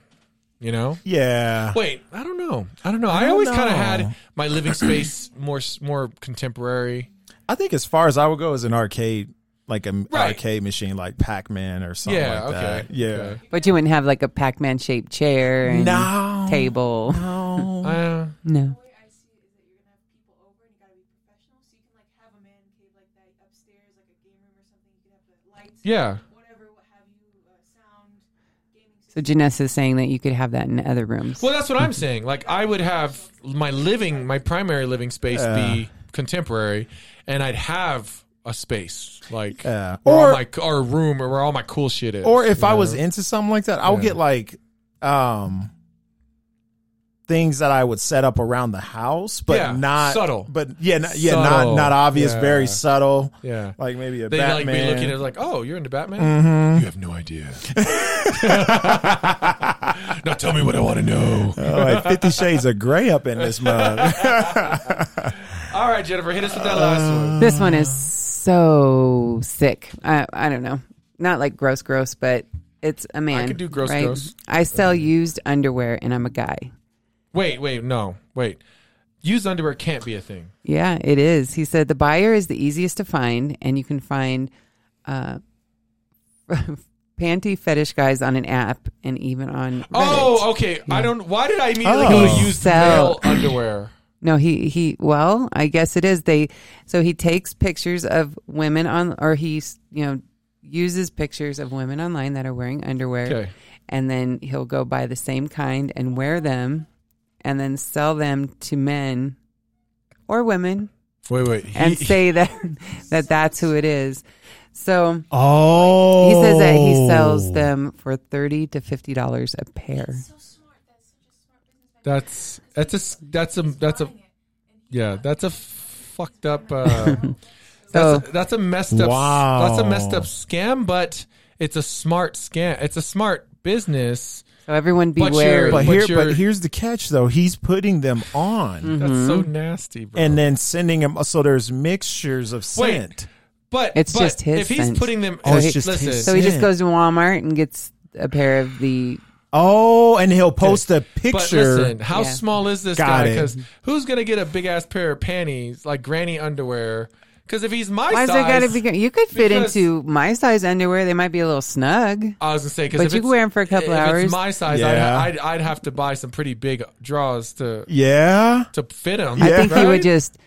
[SPEAKER 1] you know.
[SPEAKER 2] Yeah.
[SPEAKER 1] Wait, I don't know. I don't know. I,
[SPEAKER 2] don't
[SPEAKER 1] always kind
[SPEAKER 2] know.
[SPEAKER 1] of had my living space more s- more contemporary.
[SPEAKER 2] I think as far as I would go is an arcade, like an
[SPEAKER 1] Right.
[SPEAKER 2] arcade machine, like Pac Man or something
[SPEAKER 1] yeah,
[SPEAKER 2] like
[SPEAKER 1] okay.
[SPEAKER 2] that. Yeah.
[SPEAKER 1] okay.
[SPEAKER 3] But you wouldn't have like a Pac-Man shaped chair and
[SPEAKER 2] No.
[SPEAKER 3] table.
[SPEAKER 2] Oh.
[SPEAKER 1] Uh,
[SPEAKER 3] No.
[SPEAKER 4] way I see it is that you're gonna have people over and you gotta be professional, so you can like have a man cave like that upstairs, like a game room or something. You could have the lights,
[SPEAKER 1] yeah.
[SPEAKER 4] whatever, what have you, uh, sound, gaming. System.
[SPEAKER 3] So Janessa is saying that you could have that in other rooms.
[SPEAKER 1] Well, that's what I'm saying. Like I would have my living, my primary living space
[SPEAKER 2] Yeah.
[SPEAKER 1] be contemporary, and I'd have a space like
[SPEAKER 2] Yeah.
[SPEAKER 1] or
[SPEAKER 2] Or-
[SPEAKER 1] my or a room or where all my cool shit is.
[SPEAKER 2] Or if
[SPEAKER 1] you
[SPEAKER 2] I
[SPEAKER 1] know?
[SPEAKER 2] was into something like that, I would
[SPEAKER 1] Yeah.
[SPEAKER 2] get like um things that I would set up around the house, but
[SPEAKER 1] Yeah,
[SPEAKER 2] not
[SPEAKER 1] subtle.
[SPEAKER 2] But yeah, not, yeah,
[SPEAKER 1] Subtle.
[SPEAKER 2] not not obvious,
[SPEAKER 1] Yeah.
[SPEAKER 2] very subtle.
[SPEAKER 1] yeah.
[SPEAKER 2] Like maybe a
[SPEAKER 1] They'd like
[SPEAKER 2] Batman. Mm-hmm.
[SPEAKER 1] be looking at it like, oh, you're into Batman? You have no idea. (laughs) now tell me what I want to
[SPEAKER 2] (laughs)
[SPEAKER 1] know.
[SPEAKER 2] Oh, like Fifty Shades of Grey up in
[SPEAKER 1] (laughs)
[SPEAKER 2] this mug. (laughs)
[SPEAKER 1] All right, Jennifer, hit us with that last one.
[SPEAKER 3] this one is
[SPEAKER 1] Mm.
[SPEAKER 3] so sick. I I don't know. Not like gross gross, but it's a man.
[SPEAKER 1] could do gross,
[SPEAKER 3] right?
[SPEAKER 1] gross.
[SPEAKER 3] I sell used underwear and I'm a guy.
[SPEAKER 1] Wait, wait, no, wait. Used underwear can't be a thing.
[SPEAKER 3] Yeah, it is. He said the buyer is the easiest to find, and you can find uh, (laughs) panty fetish guys on an app and even on Reddit.
[SPEAKER 1] Oh, okay. I don't. Why did I immediately go
[SPEAKER 2] Oh.
[SPEAKER 1] to used
[SPEAKER 3] So-
[SPEAKER 1] male underwear?
[SPEAKER 3] no, he he. Well, I guess it is. They so he takes pictures of women on, or he you know uses pictures of women online that are wearing underwear,
[SPEAKER 1] Okay.
[SPEAKER 3] and then he'll go buy the same kind and wear them, and then sell them to men or women
[SPEAKER 1] Wait, wait.
[SPEAKER 3] and say that that that's who it is. So
[SPEAKER 2] oh,
[SPEAKER 3] he says that he sells them for thirty to fifty dollars a pair.
[SPEAKER 1] That's that's a s- that's a that's a yeah that's a fucked up.
[SPEAKER 2] (laughs)
[SPEAKER 1] Uh,
[SPEAKER 3] So
[SPEAKER 1] that's, a, that's a messed up.
[SPEAKER 2] Wow.
[SPEAKER 1] That's a messed up scam, but it's a smart scam. It's a smart business.
[SPEAKER 3] so everyone
[SPEAKER 1] But
[SPEAKER 3] beware.
[SPEAKER 1] you're-
[SPEAKER 2] But
[SPEAKER 1] But
[SPEAKER 2] here,
[SPEAKER 1] you're-
[SPEAKER 2] but here's the catch though. He's putting them on
[SPEAKER 3] Mm-hmm.
[SPEAKER 1] That's so nasty, bro.
[SPEAKER 2] Mm-hmm. and then sending them. So there's mixtures of
[SPEAKER 1] Wait.
[SPEAKER 2] scent.
[SPEAKER 1] but
[SPEAKER 3] It's
[SPEAKER 1] but
[SPEAKER 3] just his
[SPEAKER 1] If he's
[SPEAKER 3] sense.
[SPEAKER 1] putting them,
[SPEAKER 2] Oh,
[SPEAKER 1] oh,
[SPEAKER 2] it's just
[SPEAKER 1] listen,
[SPEAKER 2] his
[SPEAKER 3] So he just
[SPEAKER 2] Yeah.
[SPEAKER 3] goes to Walmart and gets a pair of the.
[SPEAKER 2] Oh, and he'll post a picture.
[SPEAKER 1] But listen, how
[SPEAKER 3] Yeah.
[SPEAKER 1] small is this
[SPEAKER 2] Got
[SPEAKER 1] guy?
[SPEAKER 2] it.
[SPEAKER 1] Because who's gonna get a big ass pair of panties like granny underwear? Because if he's my
[SPEAKER 3] Why is there
[SPEAKER 1] size,
[SPEAKER 3] gotta be? You could fit
[SPEAKER 1] Because-
[SPEAKER 3] into my size underwear. They might be a little snug.
[SPEAKER 1] I was gonna say because
[SPEAKER 3] But
[SPEAKER 1] if
[SPEAKER 3] you
[SPEAKER 1] it's-
[SPEAKER 3] can wear 'em for a couple
[SPEAKER 1] if It's
[SPEAKER 3] hours.
[SPEAKER 1] my size,
[SPEAKER 2] Yeah.
[SPEAKER 1] I'd, I'd I'd have to buy some pretty big draws to
[SPEAKER 2] yeah.
[SPEAKER 1] to fit him.
[SPEAKER 3] I think
[SPEAKER 2] Yeah.
[SPEAKER 3] he would just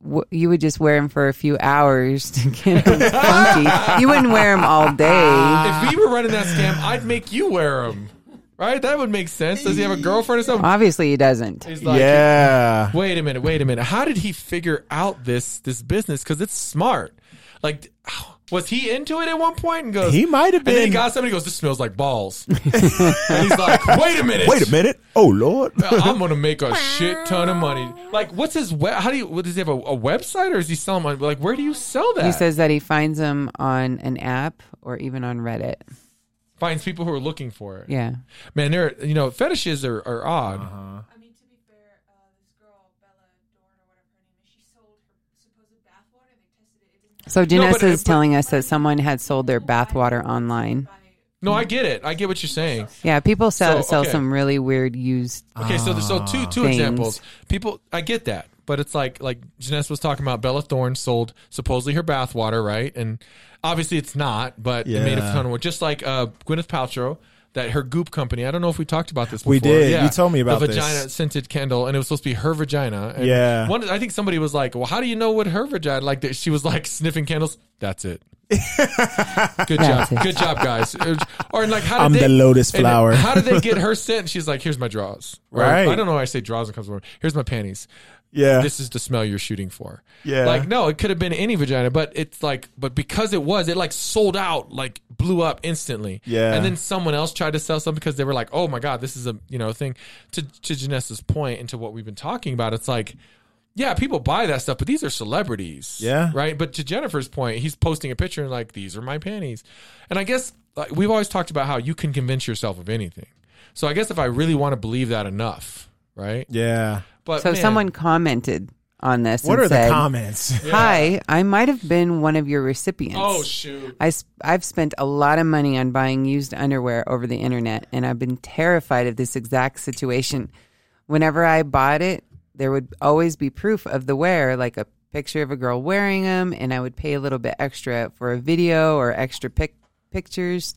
[SPEAKER 3] w- you would just wear them for a few hours to get them funky. You wouldn't wear them all day.
[SPEAKER 1] If we were running that scam, I'd make you wear them. Right? That would make sense. Does he have a girlfriend or something?
[SPEAKER 3] Obviously, he doesn't.
[SPEAKER 1] He's like,
[SPEAKER 2] yeah.
[SPEAKER 1] Wait a minute, wait a minute. How did he figure out this this business? Because it's smart. Like, (sighs) was he into it at one point and goes?
[SPEAKER 2] He might have
[SPEAKER 1] And then he
[SPEAKER 2] been.
[SPEAKER 1] got somebody who goes, "This smells like balls." (laughs) and he's like, "Wait a minute,
[SPEAKER 2] Wait a minute. Oh Lord.
[SPEAKER 1] (laughs) I'm gonna make a shit ton of money." Like, what's his web? How do you? What, does he have a, a website or is he selling? On, like, where do you sell that?
[SPEAKER 3] He says that he finds them on an app or even on Reddit.
[SPEAKER 1] finds people who are looking for it.
[SPEAKER 3] Yeah.
[SPEAKER 1] Man, they're you know fetishes are, are odd.
[SPEAKER 2] Uh-huh.
[SPEAKER 4] I mean, to be fair, uh, this girl, Bella Dorn or whatever her name is, she sold her supposed bathwater. They tested it. It didn't
[SPEAKER 3] So
[SPEAKER 1] No,
[SPEAKER 3] Janessa
[SPEAKER 1] but- uh,
[SPEAKER 3] is
[SPEAKER 1] but-
[SPEAKER 3] telling us that someone had sold their bathwater online.
[SPEAKER 4] buy
[SPEAKER 1] No, I get it. I get what you're saying.
[SPEAKER 3] Yeah, people sell
[SPEAKER 1] So,
[SPEAKER 3] sell
[SPEAKER 1] okay. Uh,
[SPEAKER 3] some really weird used.
[SPEAKER 1] Okay, so there's so
[SPEAKER 2] Ah,
[SPEAKER 1] two two
[SPEAKER 3] Things.
[SPEAKER 1] examples. People, I get that, but it's like like Janessa was talking about. Bella Thorne sold supposedly her bathwater, right? And obviously it's not, but it made a
[SPEAKER 2] Yeah.
[SPEAKER 1] ton of work. Just like uh, Gwyneth Paltrow, that her Goop company. I don't know if we talked about this. before.
[SPEAKER 2] We did. You told me about
[SPEAKER 1] the
[SPEAKER 2] this.
[SPEAKER 1] vagina scented candle, and it was supposed to be her vagina. And
[SPEAKER 2] Yeah.
[SPEAKER 1] One, I think somebody was like, "Well, how do you know what her vagina like?" That she was like sniffing candles. That's
[SPEAKER 2] (laughs)
[SPEAKER 1] it. Good job.
[SPEAKER 3] That's it.
[SPEAKER 1] Good job, guys. Or like, how did
[SPEAKER 2] I'm
[SPEAKER 1] they,
[SPEAKER 2] the lotus
[SPEAKER 1] and
[SPEAKER 2] flower.
[SPEAKER 1] How did they get her scent? She's like, here's my draws. Or,
[SPEAKER 2] Right.
[SPEAKER 1] I don't know why I say draws and comes from. Here's my panties.
[SPEAKER 2] Yeah.
[SPEAKER 1] This is the smell you're shooting for.
[SPEAKER 2] Yeah.
[SPEAKER 1] Like, no, it could have been any vagina, but it's like, but because it was, it like sold out, like blew up instantly.
[SPEAKER 2] Yeah.
[SPEAKER 1] And then someone else tried to sell something because they were like, oh my God, this is a, you know, thing. To, to Janessa's point and to what we've been talking about, it's like, yeah, people buy that stuff, but these are celebrities.
[SPEAKER 2] Yeah.
[SPEAKER 1] Right. But to Jennifer's point, he's posting a picture and like, these are my panties. And I guess like, we've always talked about how you can convince yourself of anything. So I guess if I really want to believe that enough, right?
[SPEAKER 2] yeah.
[SPEAKER 1] But
[SPEAKER 3] So
[SPEAKER 1] man,
[SPEAKER 3] someone commented on this.
[SPEAKER 2] What
[SPEAKER 3] and
[SPEAKER 2] are
[SPEAKER 3] said,
[SPEAKER 2] the comments?
[SPEAKER 3] Hi, I might have been one of your recipients.
[SPEAKER 1] Oh, shoot.
[SPEAKER 3] I have spent a lot of money on buying used underwear over the internet, and I've been terrified of this exact situation. Whenever I bought it, there would always be proof of the wear, like a picture of a girl wearing them, and I would pay a little bit extra for a video or extra pic- pictures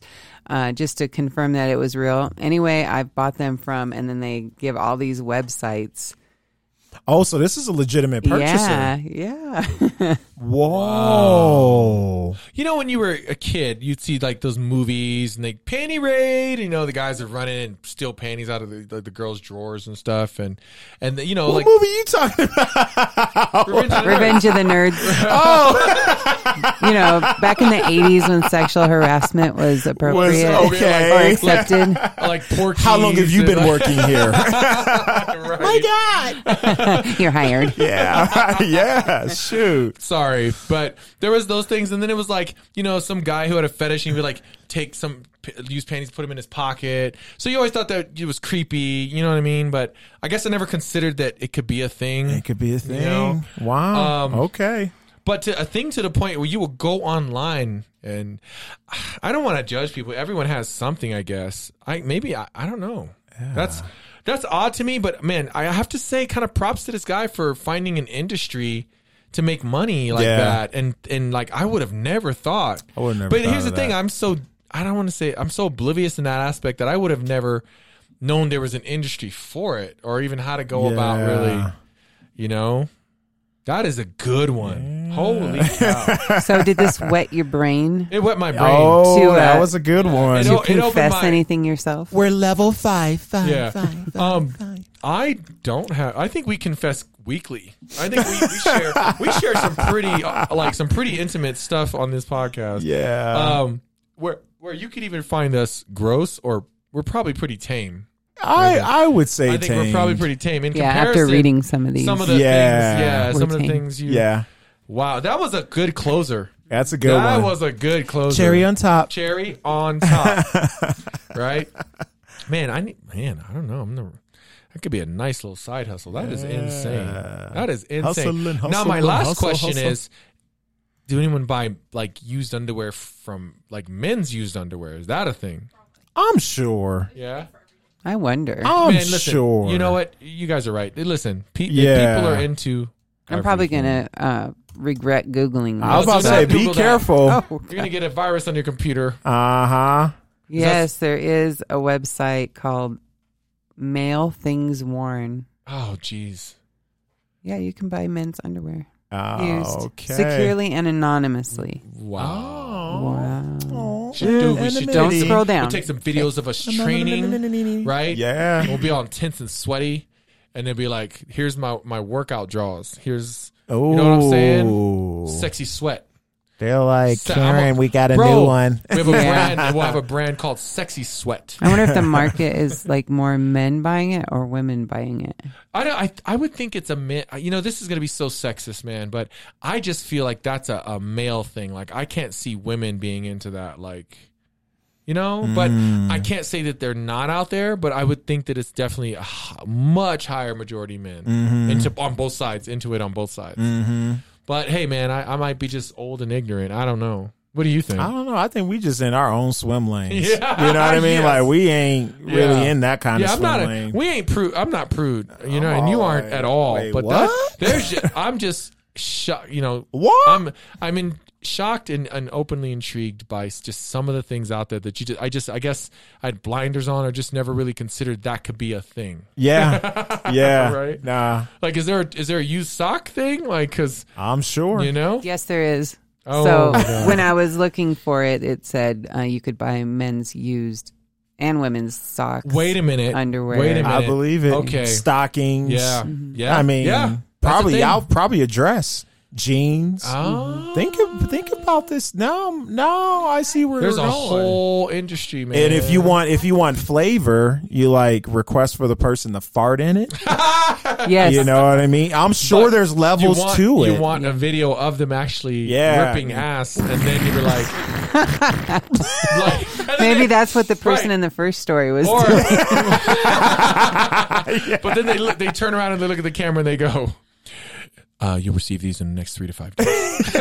[SPEAKER 3] uh, just to confirm that it was real. Anyway, I bought them from, and then they give all these websites.
[SPEAKER 2] Oh, so this is a legitimate purchaser.
[SPEAKER 3] Yeah, yeah. (laughs)
[SPEAKER 2] Whoa.
[SPEAKER 1] You know, when you were a kid, you'd see like those movies and they panty raid. You know, the guys are running and steal panties out of the, the, the girls' drawers and stuff. And and you know,
[SPEAKER 2] What
[SPEAKER 1] like
[SPEAKER 2] (laughs) movie you talking about?
[SPEAKER 1] Revenge of the Nerds.
[SPEAKER 3] Revenge of the
[SPEAKER 1] (laughs)
[SPEAKER 3] Nerds. Oh, (laughs) you know, back in the '80s when sexual harassment was
[SPEAKER 1] Oh,
[SPEAKER 3] appropriate
[SPEAKER 2] Was okay.
[SPEAKER 3] or accepted. (laughs)
[SPEAKER 1] like Porky.
[SPEAKER 2] (laughs) How long have you been working
[SPEAKER 1] (laughs)
[SPEAKER 2] here? Oh
[SPEAKER 3] You're hired.
[SPEAKER 2] yeah. (laughs) yeah. Shoot.
[SPEAKER 1] sorry, but there was those things, and then it was like you know some guy who had a fetish, and he would like take some p- used panties, put them in his pocket. So you always thought that it was creepy, you know what I mean? But I guess I never considered that it could be a thing.
[SPEAKER 2] It could be a thing.
[SPEAKER 1] know,
[SPEAKER 2] wow.
[SPEAKER 1] um,
[SPEAKER 2] okay.
[SPEAKER 1] but to, a thing to the point where you will go online and I don't want to judge people. Everyone has something, I guess. I maybe I, I don't know. That's that's odd to me, but man, I have to say, kind of props to this guy for finding an industry to make money like
[SPEAKER 2] Yeah.
[SPEAKER 1] that. And and like I would have never thought.
[SPEAKER 2] I would've never
[SPEAKER 1] But
[SPEAKER 2] thought
[SPEAKER 1] here's the
[SPEAKER 2] of
[SPEAKER 1] thing:
[SPEAKER 2] that.
[SPEAKER 1] I'm so I don't want to say I'm so oblivious in that aspect that I would have never known there was an industry for it or even how to go about
[SPEAKER 2] Yeah.
[SPEAKER 1] really. You know, that is a good one. Holy cow!
[SPEAKER 2] (laughs)
[SPEAKER 3] So, did this wet your brain
[SPEAKER 1] It wet my brain.
[SPEAKER 2] Oh,
[SPEAKER 3] To, uh,
[SPEAKER 2] that was a good one.
[SPEAKER 1] It
[SPEAKER 3] to
[SPEAKER 1] o- it opened
[SPEAKER 3] confess
[SPEAKER 1] my-
[SPEAKER 3] anything yourself?
[SPEAKER 2] We're level five, five,
[SPEAKER 1] Yeah. Um, I don't have. I think we confess weekly. I think we, we share we share some pretty uh, like some pretty intimate stuff on this podcast.
[SPEAKER 2] Yeah.
[SPEAKER 1] Um, where where you could even find us gross or we're probably pretty tame.
[SPEAKER 2] I I would say
[SPEAKER 1] I think we're
[SPEAKER 2] tamed.
[SPEAKER 1] probably pretty tame in
[SPEAKER 3] yeah,
[SPEAKER 1] comparison.
[SPEAKER 3] after reading some of these,
[SPEAKER 1] some of the
[SPEAKER 2] Yeah.
[SPEAKER 1] things, yeah,
[SPEAKER 3] We're
[SPEAKER 1] some of the
[SPEAKER 3] tame.
[SPEAKER 1] things you.
[SPEAKER 2] Yeah.
[SPEAKER 1] Wow, that was a good closer.
[SPEAKER 2] That's a good
[SPEAKER 1] that
[SPEAKER 2] one.
[SPEAKER 1] was a good closer.
[SPEAKER 2] Cherry on top.
[SPEAKER 1] cherry on
[SPEAKER 2] (laughs)
[SPEAKER 1] top, right? Man, I need, man, I don't know. I'm never. That could be a nice little side hustle. That is insane. That is insane.
[SPEAKER 2] Hustle and
[SPEAKER 1] now,
[SPEAKER 2] hustle
[SPEAKER 1] my
[SPEAKER 2] and
[SPEAKER 1] last
[SPEAKER 2] hustle,
[SPEAKER 1] question
[SPEAKER 2] hustle.
[SPEAKER 1] is: Do anyone buy like used underwear from like men's used underwear? Is that a thing?
[SPEAKER 2] I'm sure.
[SPEAKER 1] Yeah.
[SPEAKER 3] I wonder.
[SPEAKER 2] I'm
[SPEAKER 1] Man, listen,
[SPEAKER 2] sure.
[SPEAKER 1] You know what? You guys are right. Listen, pe-
[SPEAKER 2] Yeah.
[SPEAKER 1] people are into.
[SPEAKER 3] I'm probably
[SPEAKER 1] everything.
[SPEAKER 3] gonna uh, regret googling.
[SPEAKER 2] I was
[SPEAKER 3] this.
[SPEAKER 2] about to
[SPEAKER 1] No,
[SPEAKER 2] say,
[SPEAKER 1] don't Google
[SPEAKER 2] be
[SPEAKER 1] that.
[SPEAKER 2] careful.
[SPEAKER 3] Oh,
[SPEAKER 1] You're gonna get a virus on your computer.
[SPEAKER 2] Uh huh.
[SPEAKER 3] yes, there is a website called Male Things Worn.
[SPEAKER 1] Oh, jeez.
[SPEAKER 3] Yeah, you can buy men's underwear.
[SPEAKER 2] Ah,
[SPEAKER 3] Used
[SPEAKER 2] okay.
[SPEAKER 3] securely and anonymously.
[SPEAKER 2] Oh.
[SPEAKER 1] Wow.
[SPEAKER 3] Wow.
[SPEAKER 2] Aw.
[SPEAKER 1] Should do- we should
[SPEAKER 3] Don't
[SPEAKER 1] Anonymity.
[SPEAKER 3] scroll down.
[SPEAKER 1] We'll take some videos of us training, right?
[SPEAKER 2] Yeah.
[SPEAKER 1] We'll be all intense and sweaty, and they'll be like, "Here's my my workout draws. Here's
[SPEAKER 2] Oh,
[SPEAKER 1] know what I'm saying? sexy sweat."
[SPEAKER 2] They're like,
[SPEAKER 1] So, I'm a-
[SPEAKER 2] Karen, we got a
[SPEAKER 1] Bro, (laughs)
[SPEAKER 2] new one.
[SPEAKER 1] We have a
[SPEAKER 3] (laughs) Yeah.
[SPEAKER 1] brand, and we'll have a brand called Sexy Sweat.
[SPEAKER 3] I wonder if the market is like more men buying it or women buying it.
[SPEAKER 1] I don't, I I would think it's a man. You know, this is gonna be so sexist, man. But I just feel like that's a, a male thing. Like I can't see women being into that. Like. You know, but
[SPEAKER 2] Mm.
[SPEAKER 1] I can't say that they're not out there, but I would think that it's definitely a h- much higher majority men
[SPEAKER 2] Mm-hmm.
[SPEAKER 1] into on both sides, into it on both sides. But hey, man, I, I might be just old and ignorant. I don't know. What do you think?
[SPEAKER 2] I don't know. I think we just in our own swim
[SPEAKER 1] (laughs)
[SPEAKER 2] lanes.
[SPEAKER 1] Yeah.
[SPEAKER 2] You know what I mean?
[SPEAKER 1] Yes.
[SPEAKER 2] Like we ain't really
[SPEAKER 1] Yeah.
[SPEAKER 2] in that kind
[SPEAKER 1] yeah,
[SPEAKER 2] of
[SPEAKER 1] I'm
[SPEAKER 2] swim
[SPEAKER 1] not. A,
[SPEAKER 2] lane.
[SPEAKER 1] we ain't prude. I'm not prude. You know,
[SPEAKER 2] I'm
[SPEAKER 1] and you
[SPEAKER 2] all
[SPEAKER 1] aren't
[SPEAKER 2] like,
[SPEAKER 1] at all.
[SPEAKER 2] Oh, wait,
[SPEAKER 1] but
[SPEAKER 2] what?
[SPEAKER 1] that- there's. ju- I'm just shocked. You know,
[SPEAKER 2] What?
[SPEAKER 1] I'm. I'm in shocked and, and openly intrigued by s- just some of the things out there that you just. I just. I guess I had blinders on, or just never really considered that could be a thing. (laughs)
[SPEAKER 2] yeah, yeah.
[SPEAKER 1] Right.
[SPEAKER 2] Nah,
[SPEAKER 1] Like, is there a, is there a used sock thing? Like, because
[SPEAKER 2] I'm sure.
[SPEAKER 1] you know,
[SPEAKER 3] Yes, there is.
[SPEAKER 1] Oh,
[SPEAKER 3] so
[SPEAKER 1] God.
[SPEAKER 3] when I was looking for it, it said uh, you could buy men's used and women's socks.
[SPEAKER 1] wait a minute,
[SPEAKER 3] Underwear. Mm-hmm.
[SPEAKER 1] Wait a minute.
[SPEAKER 2] I believe it.
[SPEAKER 1] Okay.
[SPEAKER 2] Stockings.
[SPEAKER 1] Yeah. Yeah.
[SPEAKER 2] I mean,
[SPEAKER 1] yeah. That's a
[SPEAKER 2] probably
[SPEAKER 1] thing.
[SPEAKER 2] I'll probably a dress, jeans.
[SPEAKER 1] Oh.
[SPEAKER 2] Think of, think about this. Now, now I see where
[SPEAKER 1] There's
[SPEAKER 2] you're
[SPEAKER 1] a
[SPEAKER 2] going.
[SPEAKER 1] whole industry, man.
[SPEAKER 2] And if you want, if you want flavor, you like request for the person to fart
[SPEAKER 1] (laughs)
[SPEAKER 2] in it.
[SPEAKER 3] Yes.
[SPEAKER 2] You know what I mean? I'm sure
[SPEAKER 1] But
[SPEAKER 2] there's levels
[SPEAKER 1] you want,
[SPEAKER 2] to it.
[SPEAKER 1] You want a video of them actually
[SPEAKER 2] Yeah.
[SPEAKER 1] ripping ass, and then you were like,
[SPEAKER 3] (laughs)
[SPEAKER 1] (laughs) like-
[SPEAKER 3] Maybe that's what the person
[SPEAKER 1] Right.
[SPEAKER 3] in the first story
[SPEAKER 1] (laughs)
[SPEAKER 3] was
[SPEAKER 1] Or,
[SPEAKER 3] doing.
[SPEAKER 1] but then they look, they turn around and they look at the camera and they go, uh, "You'll receive these in the next three to five days." (laughs)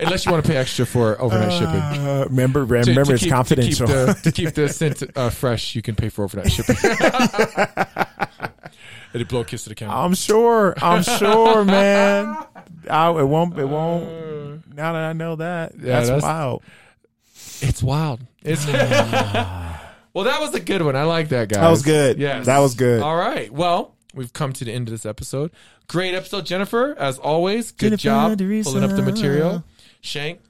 [SPEAKER 1] Unless you want to pay extra for overnight shipping.
[SPEAKER 2] Uh, remember,
[SPEAKER 1] To-
[SPEAKER 2] remember,
[SPEAKER 1] to
[SPEAKER 2] it's
[SPEAKER 1] keep-
[SPEAKER 2] confidential.
[SPEAKER 1] To (laughs) keep the, to keep the scent uh, fresh, you can pay for overnight (laughs) shipping. It'd blow a kiss to the camera.
[SPEAKER 2] (laughs) I'm sure.
[SPEAKER 1] (laughs)
[SPEAKER 2] I'm sure, man. I, it won't. It won't. Now that I know that, that's,
[SPEAKER 1] Uh. that's-
[SPEAKER 2] wild.
[SPEAKER 1] It's wild. It's (laughs) well, that was a good one. I like that guy.
[SPEAKER 2] That was good.
[SPEAKER 1] Yes,
[SPEAKER 2] That was good.
[SPEAKER 1] All right. Well, we've come to the end of this episode. Great episode, Jennifer. As always, good
[SPEAKER 2] Jennifer
[SPEAKER 1] job
[SPEAKER 2] Teresa.
[SPEAKER 1] pulling up the material. Shank,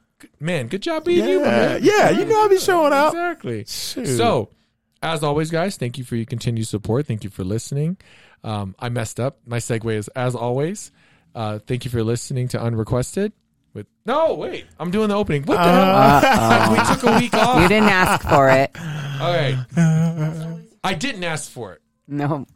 [SPEAKER 1] man, good job being you. my
[SPEAKER 2] Yeah,
[SPEAKER 1] man.
[SPEAKER 2] yeah. You know, I be showing up.
[SPEAKER 1] exactly.
[SPEAKER 2] Shoot.
[SPEAKER 1] So, as always, guys, thank you for your continued support. Thank you for listening. Um, I messed up. My segue is as always. Uh, thank you for listening to Unrequested. With no, wait, I'm doing the opening. What the
[SPEAKER 2] Uh,
[SPEAKER 1] hell? we took a week off.
[SPEAKER 3] You didn't ask for it.
[SPEAKER 1] All
[SPEAKER 2] (laughs)
[SPEAKER 1] right. I didn't ask for it.
[SPEAKER 3] No,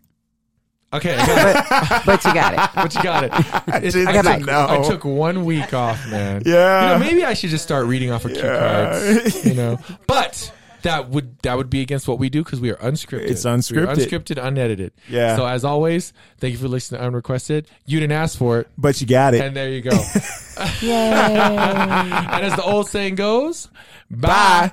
[SPEAKER 1] Okay, I got it,
[SPEAKER 3] but you got it.
[SPEAKER 1] but you got
[SPEAKER 2] (laughs)
[SPEAKER 1] it.
[SPEAKER 2] I didn't
[SPEAKER 3] got back.
[SPEAKER 2] know.
[SPEAKER 1] I took one week off, man.
[SPEAKER 2] Yeah.
[SPEAKER 1] You know, maybe I should just start reading off of cue
[SPEAKER 2] (laughs)
[SPEAKER 1] cards. You know, but that would that would be against what we do because we are unscripted.
[SPEAKER 2] It's
[SPEAKER 1] We are
[SPEAKER 2] unscripted.
[SPEAKER 1] unscripted, unedited.
[SPEAKER 2] Yeah.
[SPEAKER 1] So as always, thank you for listening to Unrequested. You didn't ask for it,
[SPEAKER 2] but you got it.
[SPEAKER 1] and there you (laughs)
[SPEAKER 2] (laughs)
[SPEAKER 1] go. and as the old saying goes, bye.